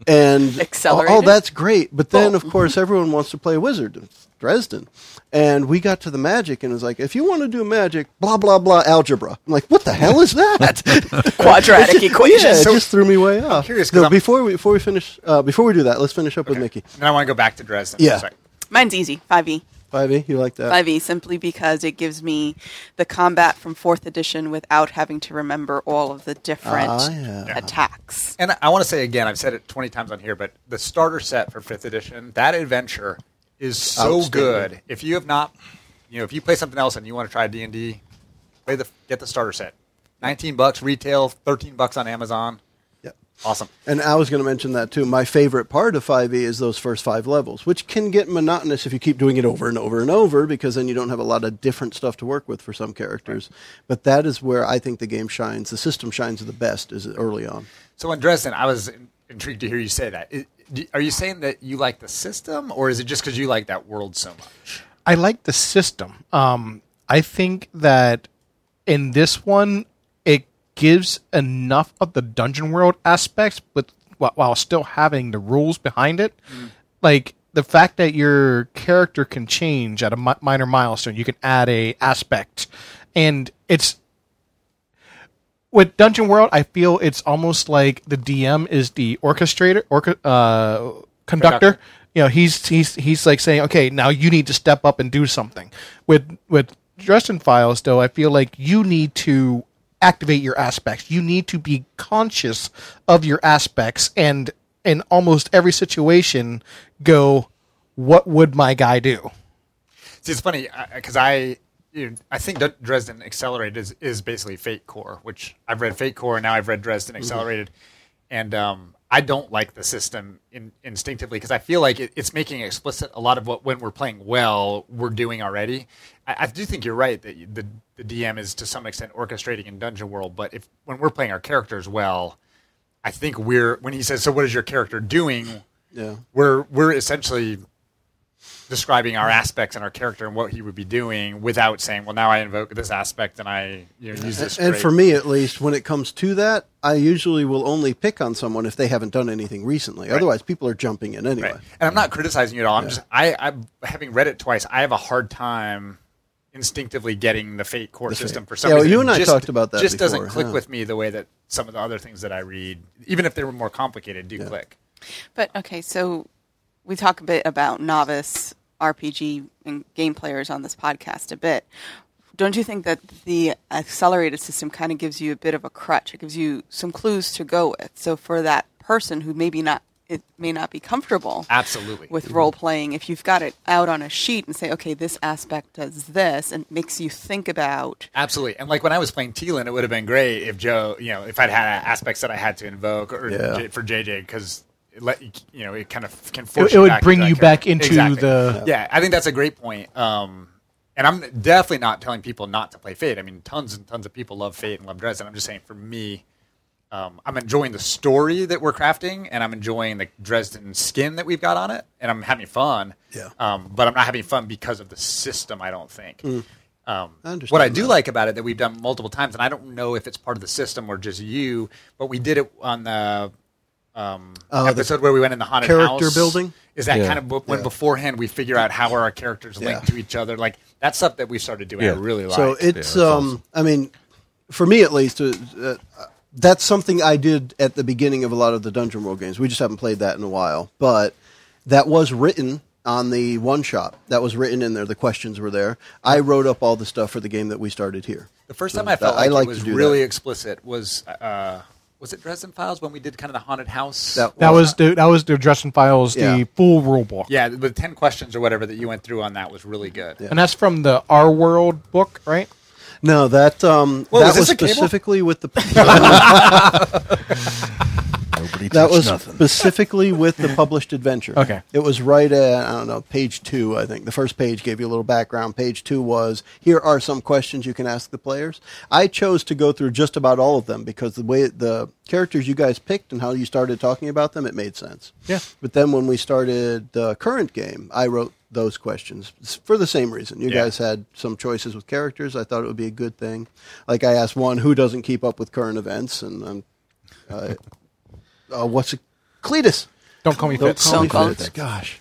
and
Accelerated? Oh.
Oh, that's great. But then, of course, everyone wants to play a wizard. It's Dresden. And we got to the magic, and it was like, if you want to do magic, blah, blah, blah, algebra. I'm like, what the hell is that?
Quadratic equation.
Yeah, it
So-
just threw me way off.
curious 'cause
No,
I'm-
before we before we finish uh, before we do that, let's finish up with Mickey.
And I want to go back to Dresden.
Yeah.
For a second.
Mine's easy. Five E.
Five E, you like that?
5e simply because it gives me the combat from fourth edition without having to remember all of the different
Ah, yeah.
attacks.
And I want to say again, I've said it 20 times on here, but the starter set for fifth edition, that adventure is so
Outstanding.
good. If you have not, you know, if you play something else and you want to try D and D, play the get the starter set. 19 bucks retail, 13 bucks on Amazon.
Yeah.
Awesome.
And I was going to mention that too. My favorite part of 5e is those first five levels, which can get monotonous if you keep doing it over and over and over because then you don't have a lot of different stuff to work with for some characters. But that is where I think the game shines, the system shines the best is early on.
So on Dresden, I was in- intrigued to hear you say that. I- do- are you saying that you like the system, or is it just because you like that world so much?
I like the system. Um, I think that in this one, it gives enough of the dungeon world aspects, but wh- while still having the rules behind it, like the fact that your character can change at a mi- minor milestone, you can add a aspect, and it's with Dungeon World, I feel it's almost like the DM is the orchestrator, orca, uh, conductor.
Conductor.
You know, he's he's he's like saying, okay, now you need to step up and do something. With with Dresden Files, though, I feel like you need to activate your aspects. You need to be conscious of your aspects, and in almost every situation, go, what would my guy do?
See, it's funny because I, you know, I think that Dresden Accelerated is, is basically Fate Core, which I've read Fate Core and now I've read Dresden Accelerated, and um, I don't like the system in, instinctively because I feel like it, it's making explicit a lot of what when we're playing well we're doing already. I, I do think you're right that you- the the DM is to some extent orchestrating in Dungeon World, but if when we're playing our characters well, I think we're when he says, "So what is your character doing?"
Yeah.
we're we're essentially describing our aspects and our character and what he would be doing without saying, "Well, now I invoke this aspect and I you know, use this."
And
trait."
for me, at least, when it comes to that, I usually will only pick on someone if they haven't done anything recently. Otherwise, people are jumping in anyway.
Right. and I'm not criticizing you at all. I'm just I, I having read it twice, I have a hard time instinctively getting the fate core system for some
Yeah, well,
reason.
you
It
and I
just,
talked about that
Just
before,
doesn't click
yeah.
with me the way that some of the other things that I read, even if they were more complicated, do click.
But okay, so we talk a bit about novice RPG and game players on this podcast a bit. Don't you think that the accelerated system kind of gives you a bit of a crutch? It gives you some clues to go with. So for that person who maybe not it may not be comfortable
Absolutely.
with
Mm-hmm.
role playing if you've got it out on a sheet and say, okay, this aspect does this, and makes you think about
Absolutely. And like when I was playing Teelan, it would have been great if Joe, you know, if I'd had aspects that I had to invoke or
Yeah.
J- for JJ because let you, you know, it kind of can
It-
force
it would
back
bring
into that
you back
character.
into
Exactly.
the-
Yeah, I think that's a great point. Um and I'm definitely not telling people not to play Fate. I mean, tons and tons of people love Fate and love Dresden. I'm just saying for me, um, I'm enjoying the story that we're crafting, and I'm enjoying the Dresden skin that we've got on it, and I'm having fun.
Yeah.
Um, but I'm not having fun because of the system. I don't think.
Mm.
Um,
I understand
what I do
that.
like about it that we've done multiple times, and I don't know if it's part of the system or just you, but we did it on the um,
Oh, the
episode where we went in the haunted
character
house.
building?
Is that
Yeah.
kind of bu- when
Yeah.
beforehand we figure out how are our characters linked
Yeah.
to each other? Like that stuff that we started doing. I
Yeah.
really like.
So it's
that's
um,
awesome.
I mean, for me at least, uh, uh, that's something I did at the beginning of a lot of the Dungeon World games. We just haven't played that in a while, but that was written on the one shot. That was written in there. The questions were there. I wrote up all the stuff for the game that we started here.
The first
So
time I felt
that-
like,
like
it
to
was
do
really
that.
explicit was uh, was it Dresden Files when we did kind of the haunted house?
That-
That was the that was the Justin Files
Yeah.
the full rule book,
yeah, the ten questions or whatever that you went through on that was really good.
Yeah.
and that's from the Our World book, right?
No, that um,
Well,
that
was
was,
this a cable?
specifically with the
Nobody
that
touched
was
nothing.
specifically with the published adventure.
Okay.
it was right at I don't know page two. I think the first page gave you a little background. Page two was here are some questions you can ask the players. I chose to go through just about all of them because the way the characters you guys picked and how you started talking about them, it made sense.
Yeah.
But then when we started the current game, I wrote those questions s- for the same reason. You
Yeah.
guys had some choices with characters. I thought it would be a good thing. Like I asked one who doesn't keep up with current events, and um, uh, uh, what's it? Cletus.
Don't call me
Don't
Fitz.
call me
Don't call
Fitz. Gosh.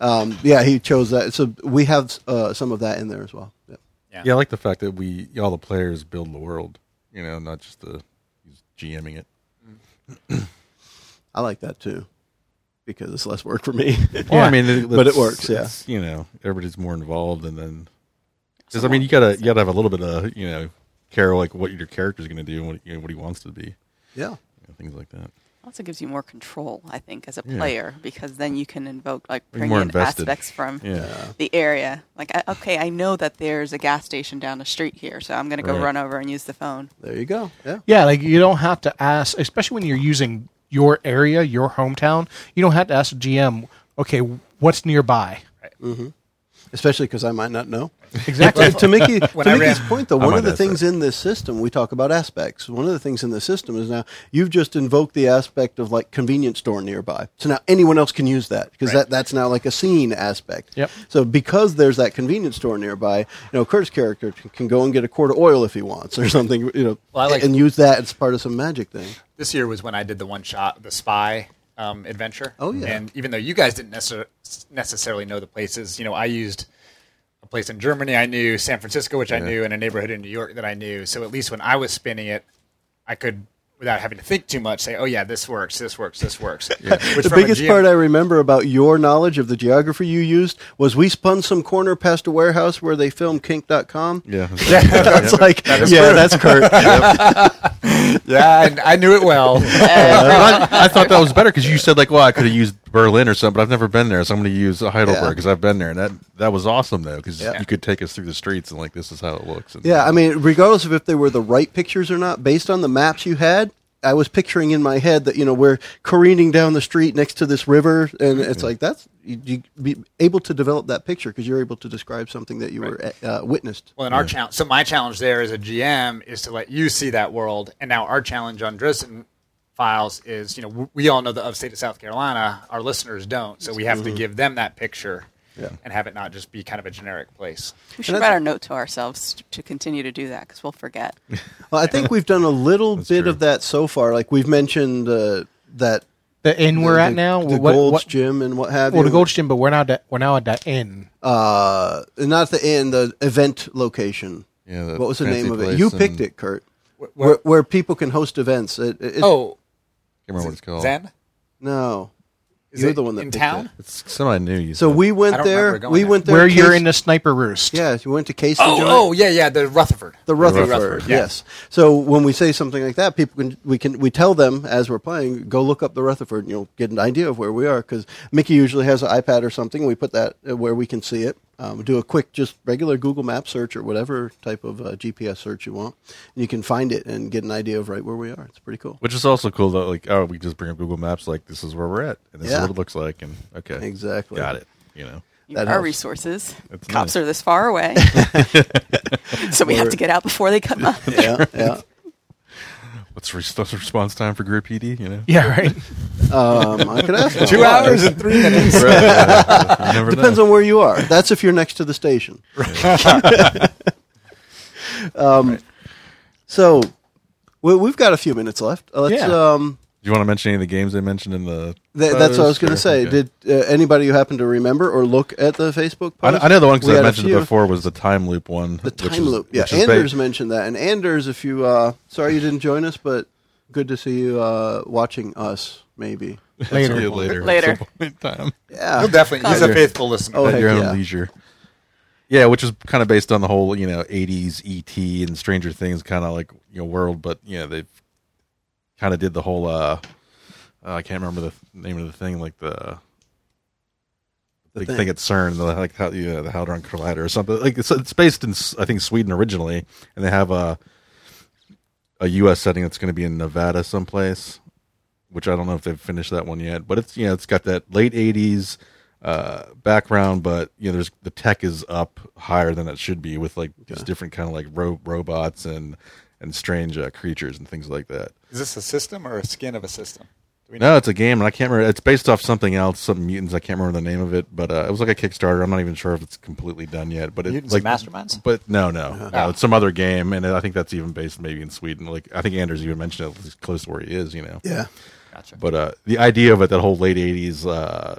Um, yeah, he chose that. So we have uh, some of that in there as well. Yep.
Yeah, I like the fact that we all the players build the world. You know, not just the he's GMing it.
I like that too because it's less work for me.
Well, I mean, it,
But it
it's-
works, yeah.
it's, You know, everybody's more involved, and then because I mean, you gotta you gotta have a little bit of you know care like what your character's gonna do and what you know, what he wants to be, you
yeah.
know, things like that.
also gives you more control, I think, as a
Yeah.
player because then you can invoke like
You're
bring
more
in
invested.
aspects from
Yeah,
the area. Like, I, okay, I know that there's a gas station down the street here, so I'm going to go
Right.
run over and use the phone.
There you go. Yeah.
Yeah, like you don't have to ask, especially when you're using your area, your hometown. You don't have to ask the GM, okay, what's nearby?
Especially because I might not know.
Exactly.
to Mickey, to
I
Mickey's
ran-
point, though,
I
one
might
of the
ask that.
things in this system we talk about aspects. One of the things in the system is now you've just invoked the aspect of like convenience store nearby. So now anyone else can use that because
Right.
that, that's now like a scene aspect.
Yep.
So because there's that convenience store nearby, you know, Kurt's character can- can go and get a quart of oil if he wants or something, you know,
Well, I like-
and use that as part of some magic thing.
This year was when I did the one shot, the spy um, adventure.
Oh, yeah.
And even though you guys didn't necessar- necessarily know the places, you know, I used a place in Germany I knew, San Francisco, which I knew, and a neighborhood in New York that I knew. So at least when I was spinning it, I could, without having to think too much, say, "Oh yeah, this works, this works, this works." Which
the
from a
biggest
GM
part I remember about your knowledge of the geography you used was we spun some corner past a warehouse where they filmed kink.com.
yeah.
That's like, yeah, that's Kurt.
yeah, and I knew it well.
Well, I, I thought that was better because you said like, well, I could have used Berlin or something, but I've never been there, so I'm going to use
Yeah.
Heidelberg because I've been there, and that that was awesome though because
Yeah.
you could take us through the streets and like this is how it looks. And,
Yeah, I mean, regardless of if they were the right pictures or not, based on the maps you had, I was picturing in my head that you know we're careening down the street next to this river, and it's like that's you, you be able to develop that picture because you're able to describe something that you were uh, witnessed.
Well, and our challenge. So my challenge there as a GM is to let you see that world. And now our challenge on Dresden Files is, you know, w- we all know the upstate of South Carolina. Our listeners don't, so we have
Mm-hmm.
to give them that picture and have it not just be kind of a generic place.
We should
I-
write a note to ourselves t- to continue to do that because we'll forget.
Well, I think we've done a little bit
true.
of that so far. Like we've mentioned uh, that
the inn we're
the,
at now,
the
what,
Gold's
what,
Gym and what have
well,
you.
the Gold's Gym, but we're now at, we're now at that inn.
uh, not the inn, the event location.
Yeah, that
what was the
fancy
name of it?
place
You
in-
picked it, Kurt.
Wh- wh-
Where, where people can host events. It, it, it-
oh,
I can't remember what it's called.
Zen.
no.
Is
You're
it
the one that
in
picked
town.
it.
It's semi new. You
So
said.
we went
I don't
there.
remember going
We
there.
went there.
Where you're
Case-
in the sniper roost.
Yeah, you went to Case.
Oh,
to do it?
oh, yeah, yeah, the Rutherford.
The Rutherford,
Rutherford,
yes.
yeah.
So when we say something like that, people can we can we tell them as we're playing, go look up the Rutherford, and you'll get an idea of where we are. Because Mickey usually has an iPad or something. We put that uh, where we can see it. Um, do a quick, just regular Google Map search or whatever type of uh, GPS search you want, and you can find it and get an idea of right where we are. It's pretty cool.
Which is also cool though. Like, oh, we just bring up Google Maps. Like, this is where we're at, and this
Yeah.
is what it looks like. And okay,
Exactly.
got it. You know,
You-
That
our
helps.
resources.
That's
Cops
nice.
are this far away, so we have to get out before they come up.
Yeah, yeah.
what's res- what's response time for Greer PD? You know,
Yeah, right.
Um, I could ask. them.
Two hours and three minutes.
Right, yeah. You never
Depends
know.
on where you are. That's if you're next to the station. um, So we, we've got a few minutes left. Let's.
Yeah.
Um,
Do you want to mention any of the games they mentioned in the?
th- that's what I was
photos,
going
or-
to say.
okay.
Did uh, anybody who happened to remember or look at the Facebook
I,
post?
I know the one
we
because I
had a
mentioned it
few.
before was the time loop one.
The time loop. Yeah, Anders mentioned that, and Anders, if you uh, sorry you didn't join us, but good to see you uh, watching us. Maybe.
later.
Later.
later. at
Later.
some point in time.
Yeah.
He'll definitely. He's a
Copy.
faithful listener.
Oh,
at
heck
your own
yeah.
leisure. Yeah, which is kind of based on the whole you know '80s ET and Stranger Things kind of like you know world, but you know they've kind of did the whole. uh uh, I can't remember the th- name of the thing, like the. The
thing.
thing. at CERN, the, like how you know, the Hadron Collider or something. Like it's, it's based in, S- I think, Sweden originally, and they have a a U.S. setting that's going to be in Nevada someplace, which I don't know if they've finished that one yet. But it's you know it's got that late '80s uh, background, but you know there's the tech is up higher than it should be with like just different kind of like ro- robots and and strange uh, creatures and things like that.
Is this a system or a skin of a system? Do we know?
No, it's a game, and I can't remember. It's based off something else, some mutants. I can't remember the name of it, but uh, it was like a Kickstarter. I'm not even sure if it's completely done yet. But it,
Mutants
like
and Masterminds? Uh-huh.
But no, no, no, it's some other game, and I think that's even based maybe in Sweden. Like I think Anders even mentioned it, it's close to where he is. You know.
Yeah.
Gotcha.
But uh, the idea of it, that whole late '80s, uh,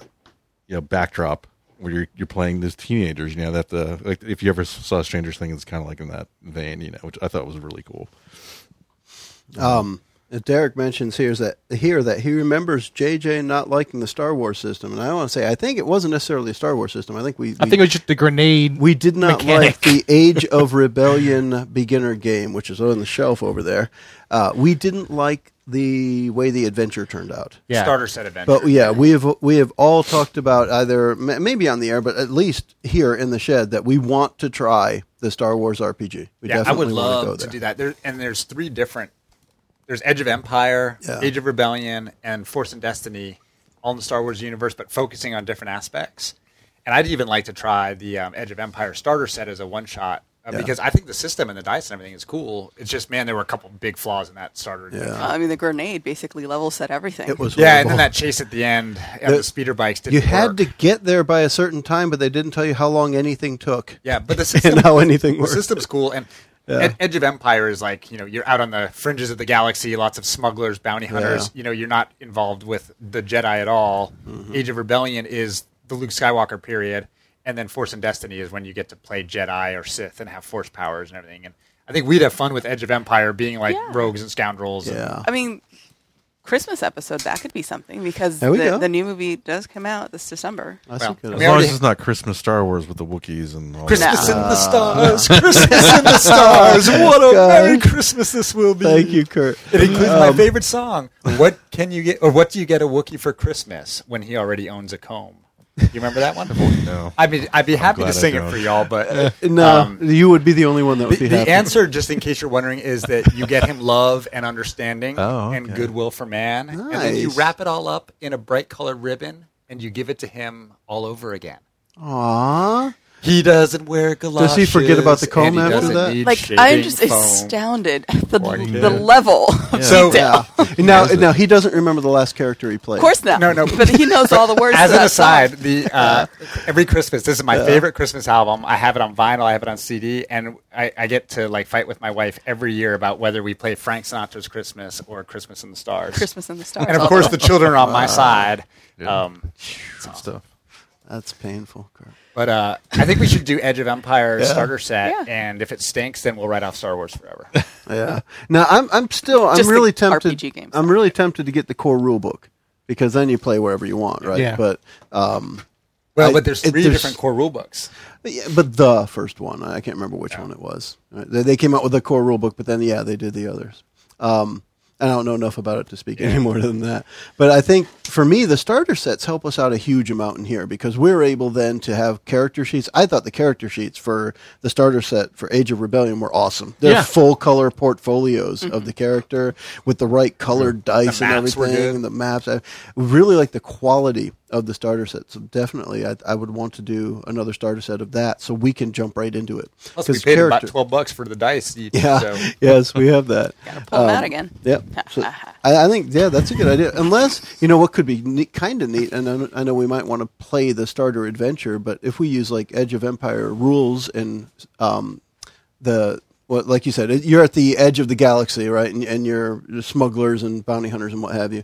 you know, backdrop where you're you're playing these teenagers. You know, that the like if you ever saw Stranger Things, it's kind of like in that vein. You know, which I thought was really cool.
Um, and Derek mentions here is that here that he remembers JJ not liking the Star Wars system, and I want to say I think it wasn't necessarily a Star Wars system. I think we,
I
we-
think it was just the grenade.
we did not
mechanic.
like the Age of Rebellion beginner game, which is on the shelf over there. Uh, we didn't like the way the adventure turned out.
yeah.
Starter set adventure.
But yeah, we have we have all talked about either ma- maybe on the air, but at least here in the shed that we want to try the Star Wars RPG. We
yeah, I would
definitely wanna
love
go
to
there.
do that. There, and there's three different. There's Edge of Empire,
Yeah.
Age of Rebellion, and Force and Destiny, all in the Star Wars universe, but focusing on different aspects. And I'd even like to try the um, Edge of Empire starter set as a one shot uh, because I think the system and the dice and everything is cool. It's just man, there were a couple big flaws in that starter.
Yeah.
I mean, the grenade basically level set everything.
It was
Yeah, and
horrible.
then that chase at the end of the,
The-
speeder bikes didn't
You had to
work.
get there by a certain time, but they didn't tell you how long anything took.
Yeah, but the system
and how anything
the
worked.
system's cool and Ed- Edge of Empire is like, you know, you're out on the fringes of the galaxy, lots of smugglers, bounty hunters,
Yeah.
you know, you're not involved with the Jedi at all.
Mm-hmm.
Age of Rebellion is the Luke Skywalker period, and then Force and Destiny is when you get to play Jedi or Sith and have force powers and everything. And I think we'd have fun with Edge of Empire being like
Yeah.
rogues and scoundrels. and-
Yeah.
I mean, Christmas episode that could be something because
There we go.
the, the new movie does come out this December.
I
Well,
think it
I
is.
mean,
As long
already-
as it's not Christmas Star Wars with the Wookiees and all that.
Christmas
No.
in the stars, Christmas in the stars. What a
God.
merry Christmas this will be.
Thank you, Kurt.
It includes
um,
my favorite song. What can you get, or what do you get a Wookiee for Christmas when he already owns a comb? You remember that one?
Oh,
No.
I mean, I'd be happy to
glad I
sing it
don't.
for y'all, but uh,
No,
um,
you would be the only one that
the,
would be
the
happy.
answer, just in case you're wondering, is that you get him love and understanding
Oh,
and
okay.
goodwill for man, and then you
Nice.
wrap it all up in a bright colored ribbon and you give it to him all over again.
Aww.
He doesn't wear galoshes.
he forget about the
and
comb
he
after
doesn't
that?
need
Like I'm
shaving
just
foam.
astounded at the,
What he
the
did.
level. Of
So-
detail.
Yeah. now, now he doesn't remember the last character he played.
Of course not.
No, no.
But he knows all the words.
As
to
an
that song.
aside, the uh, every Christmas, this is my favorite Christmas album. I have it on vinyl, I have it on CD, and I, I get to like fight with my wife every year about whether we play Frank Sinatra's Christmas or Christmas in the Stars.
Christmas in the Stars.
and of course, the children are on my side. Um,
stuff.
That's painful, Kurt.
but uh, I think we should do Edge of Empire starter set,
Yeah.
and if it stinks, then we'll write off Star Wars forever.
Yeah. Now I'm I'm still I'm
Just the
really tempted.
RPG games.
I'm really tempted to get the core rule book. because then you play wherever you want, right?
Yeah.
But
Well,
I-
but there's
it-
three
there's-
different core rule books.
Yeah, but the first one, I can't remember which one it was. Uh, They, they came out with the core rule book, but then yeah, they did the others. Um, and I don't know enough about it to speak any more than that. But I think for me, the starter sets help us out a huge amount in here because we're able then to have character sheets. I thought the character sheets for the starter set for Age of Rebellion were awesome. They're
Yeah.
full color portfolios of the character with the right colored dice and
maps were
everything,
good.
and the maps. I really like the quality of the starter set. So definitely, I, I would want to do another starter set of that, so we can jump right into it.
Plus, we
'Cause
paid about twelve bucks for the dice. Each,
Yeah.
So.
yes, we have that. Um,
Gotta pull 'em out again.
Yep. So I, I think yeah, that's a good idea. Unless you know what could be neat, kind of neat, and I know- I know we might want to play the starter adventure, but if we use like Edge of Empire rules and um, the what, like you said, you're at the edge of the galaxy, right? And, and you're smugglers and bounty hunters and what have you.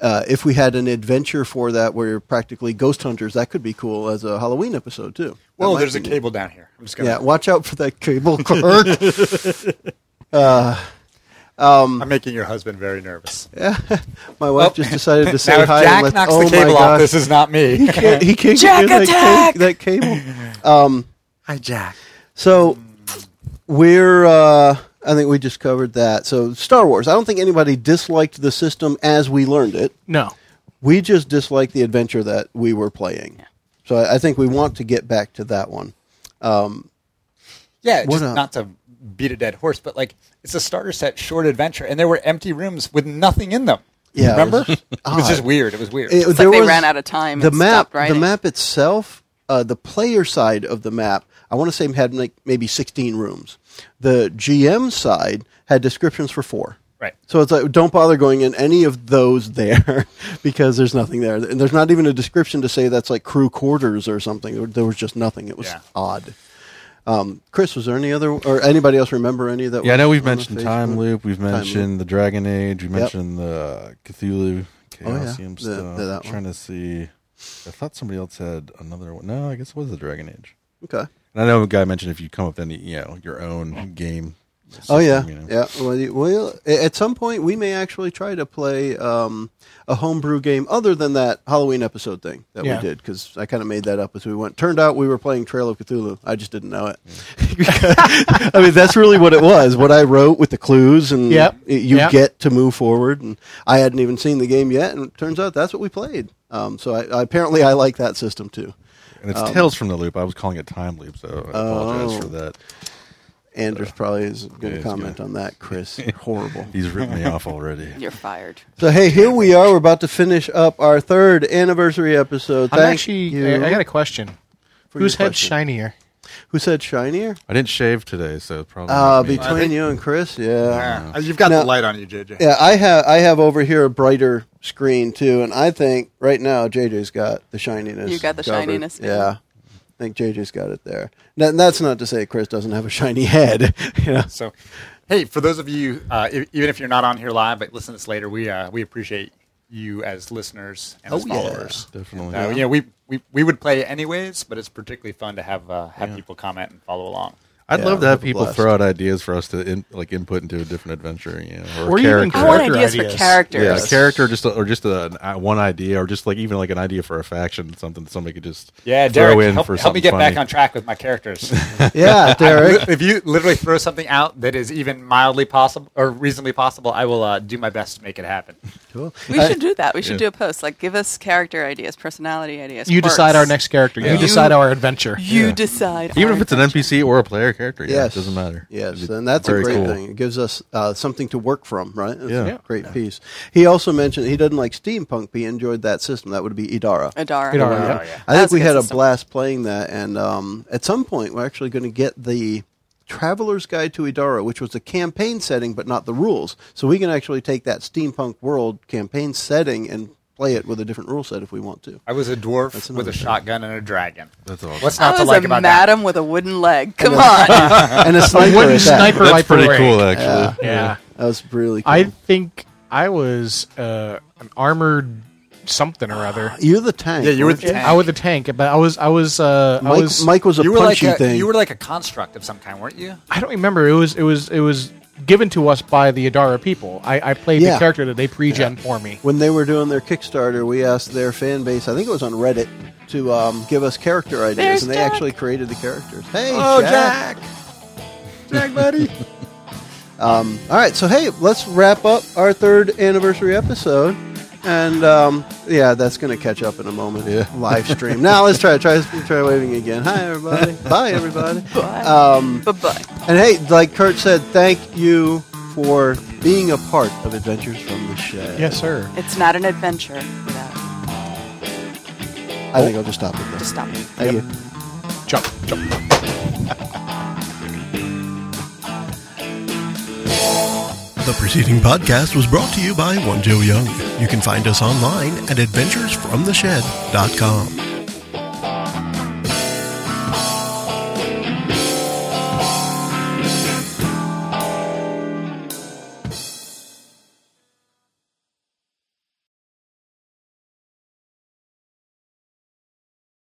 Uh, if we had an adventure for that, where you're practically ghost hunters, that could be cool as a Halloween episode too. That
Well,
might
there's
be
a
neat.
cable down here. I'm just gonna.
Yeah, watch out for that cable, Kirk.
I'm making your husband very nervous.
My wife
Oh.
just decided to say
now, if
hi.
Jack
and let,
knocks
oh
the
my
cable off,
gosh.
this is not me.
Can't- he can't
Jack
get near
attack!
That, ca- that cable. Um,
Hi, Jack.
So we're. Uh, I think we just covered that. So Star Wars. I don't think anybody disliked the system as we learned it.
No.
We just disliked the adventure that we were playing. So I, I think we want to get back to that one.
Yeah,
What
just
a-
not to beat a dead horse, but like it's a starter set short adventure, and there were empty rooms with nothing in them.
Yeah, it
remember?
was
It was, just
odd.
weird. It was weird.
It-
It's
there
like they
was-
ran out of time.
The
and
map,
stopped writing.
the map itself, uh, the player side of the map, I want to say had like maybe 16 rooms. The GM side had descriptions for four.
Right.
So it's like don't bother going in any of those there because there's nothing there. And there's not even a description to say that's like crew quarters or something. There- There was just nothing. It was
Yeah.
odd. Um, Chris, was there any other or anybody else remember any that?
Yeah, I
was
know we've
on the
mentioned
Facebook?
Time Loop. We've
Loop.
mentioned the Dragon Age. We mentioned the Cthulhu
Oh, yeah.
Chaosium
The-
stuff.
the- that
I'm
one.
trying to see. I thought somebody else had another one. No, I guess it was the Dragon Age.
Okay.
And I know a guy mentioned if you come up with any, you know, your own game.
Oh yeah,
system, you know.
yeah. Well, you- well, a- at some point we may actually try to play um, a homebrew game other than that Halloween episode thing that
Yeah.
we did because I kind of made that up as we went. Turned out we were playing Trail of Cthulhu. I just didn't know it. I mean, that's really what it was. What I wrote with the clues and
Yep.
y- you
Yep.
get to move forward. And I hadn't even seen the game yet, and it turns out that's what we played. Um, so I, I, apparently I like that system too.
And it's
Um,
Tales from the Loop. I was calling it Time Loop, so I apologize
Oh.
for that.
Anders probably is going
Uh, yeah,
to
it's
comment on that. Chris, horrible.
He's written me off already.
Oh, You're fired.
So hey, here we are. We're about to finish up our third anniversary episode.
I'm
Thank
actually.
you.
I, I got a question.
for your
Whose head's
question.
shinier?
Who said shinier?
I didn't shave today, so probably.
Uh,
Oh,
not me.
between you and Chris, yeah.
Yeah. Uh, You've got
No.
the light on you, JJ.
yeah, I have I have over here a brighter screen too, and I think right now JJ's got the shininess.
You got the
covered.
shininess, man.
Yeah, I think JJ's got it there. Now, and that's not to say Chris doesn't have a shiny head. you know?
So, hey, for those of you, uh, e- even if you're not on here live, but listen to this later, we uh, we appreciate you as listeners and as
Oh, yeah.
followers.
Definitely.
Uh, you know, we, we we would play anyways, but it's particularly fun to have uh, have people comment and follow along.
I'd
Yeah,
love to have
we're
people
blessed.
throw out ideas for us to in, like input into a different adventure, you know, or,
Or
a
even
character.
I want
Character
ideas,
ideas.
for characters.
yeah, a character, just a, or just a, an, i- one idea, or just like even like an idea for a faction, something that somebody could just
Yeah,
throw
Derek,
in
help,
for
help me
something
get back
funny.
on track with my characters.
yeah, Derek.
if you literally throw something out that is even mildly possible or reasonably possible, I will uh, do my best to make it happen.
Cool.
We should do that. We should
yeah.
do a post. Like, give us character ideas, personality ideas.
You
quirks.
decide our next character. You
Yeah.
decide
You-
our adventure.
You
Yeah.
decide.
Even
our
if it's an NPC or a player character, yeah,
Yes.
it doesn't matter.
Yes,
It'd be
and that's a
very
great
cool.
thing. It gives us uh, something to work from, right? It's
Yeah.
a
Yeah.
great piece. He also mentioned he doesn't like steampunk, but he enjoyed that system. That would be Idara.
Adara.
Oh,
Adara. Yeah.
yeah.
I think
That's a
we
good
had a
system.
blast playing that, and um, at some point we're actually going to get the Traveler's Guide to Idara, which was the campaign setting but not the rules. So we can actually take that steampunk world campaign setting and play it with a different rule set if we want to.
I was a dwarf with
another
a
thing.
shotgun and a dragon.
That's awesome.
What's
I
not
was
to like
a
about that?
madam with a wooden leg. Come on.
and a sniper.
Wooden
at that.
sniper
That's
rifle
pretty
rank.
cool, actually.
Yeah.
That was really. Cool.
I think I was uh, an armored something or other.
you're the tank.
Yeah, you were
weren't
the tank.
I was a tank, but I was I was uh, I
Mike,
was
Mike was a
you were like
punchy
a,
thing.
you were like a construct of some kind, weren't you?
I don't remember. It was it was it was given to us by the Adara people. I, I played
Yeah.
the character that they pre-gen for me.
When they were doing their Kickstarter, we asked their fan base, I think it was on Reddit, to um, give us character ideas, and they actually created the characters. Hey,
Oh,
Jack.
Jack, buddy.
Um, All right, so hey, let's wrap up our third anniversary episode. And um, yeah, that's going to catch up in a moment.
Yeah.
Live stream. now let's try try try waving again. Hi everybody. Bye everybody. Um,
Bye bye.
and hey, like Kurt said, thank you for being a part of Adventures from the Shed.
Yes, sir.
It's not an adventure. without-
I think I'll just stop with this.
Just stop it.
Thank you.
Jump, jump.
The preceding podcast was brought to you by One Joe Young. You can find us online at adventuresfromtheshed.com.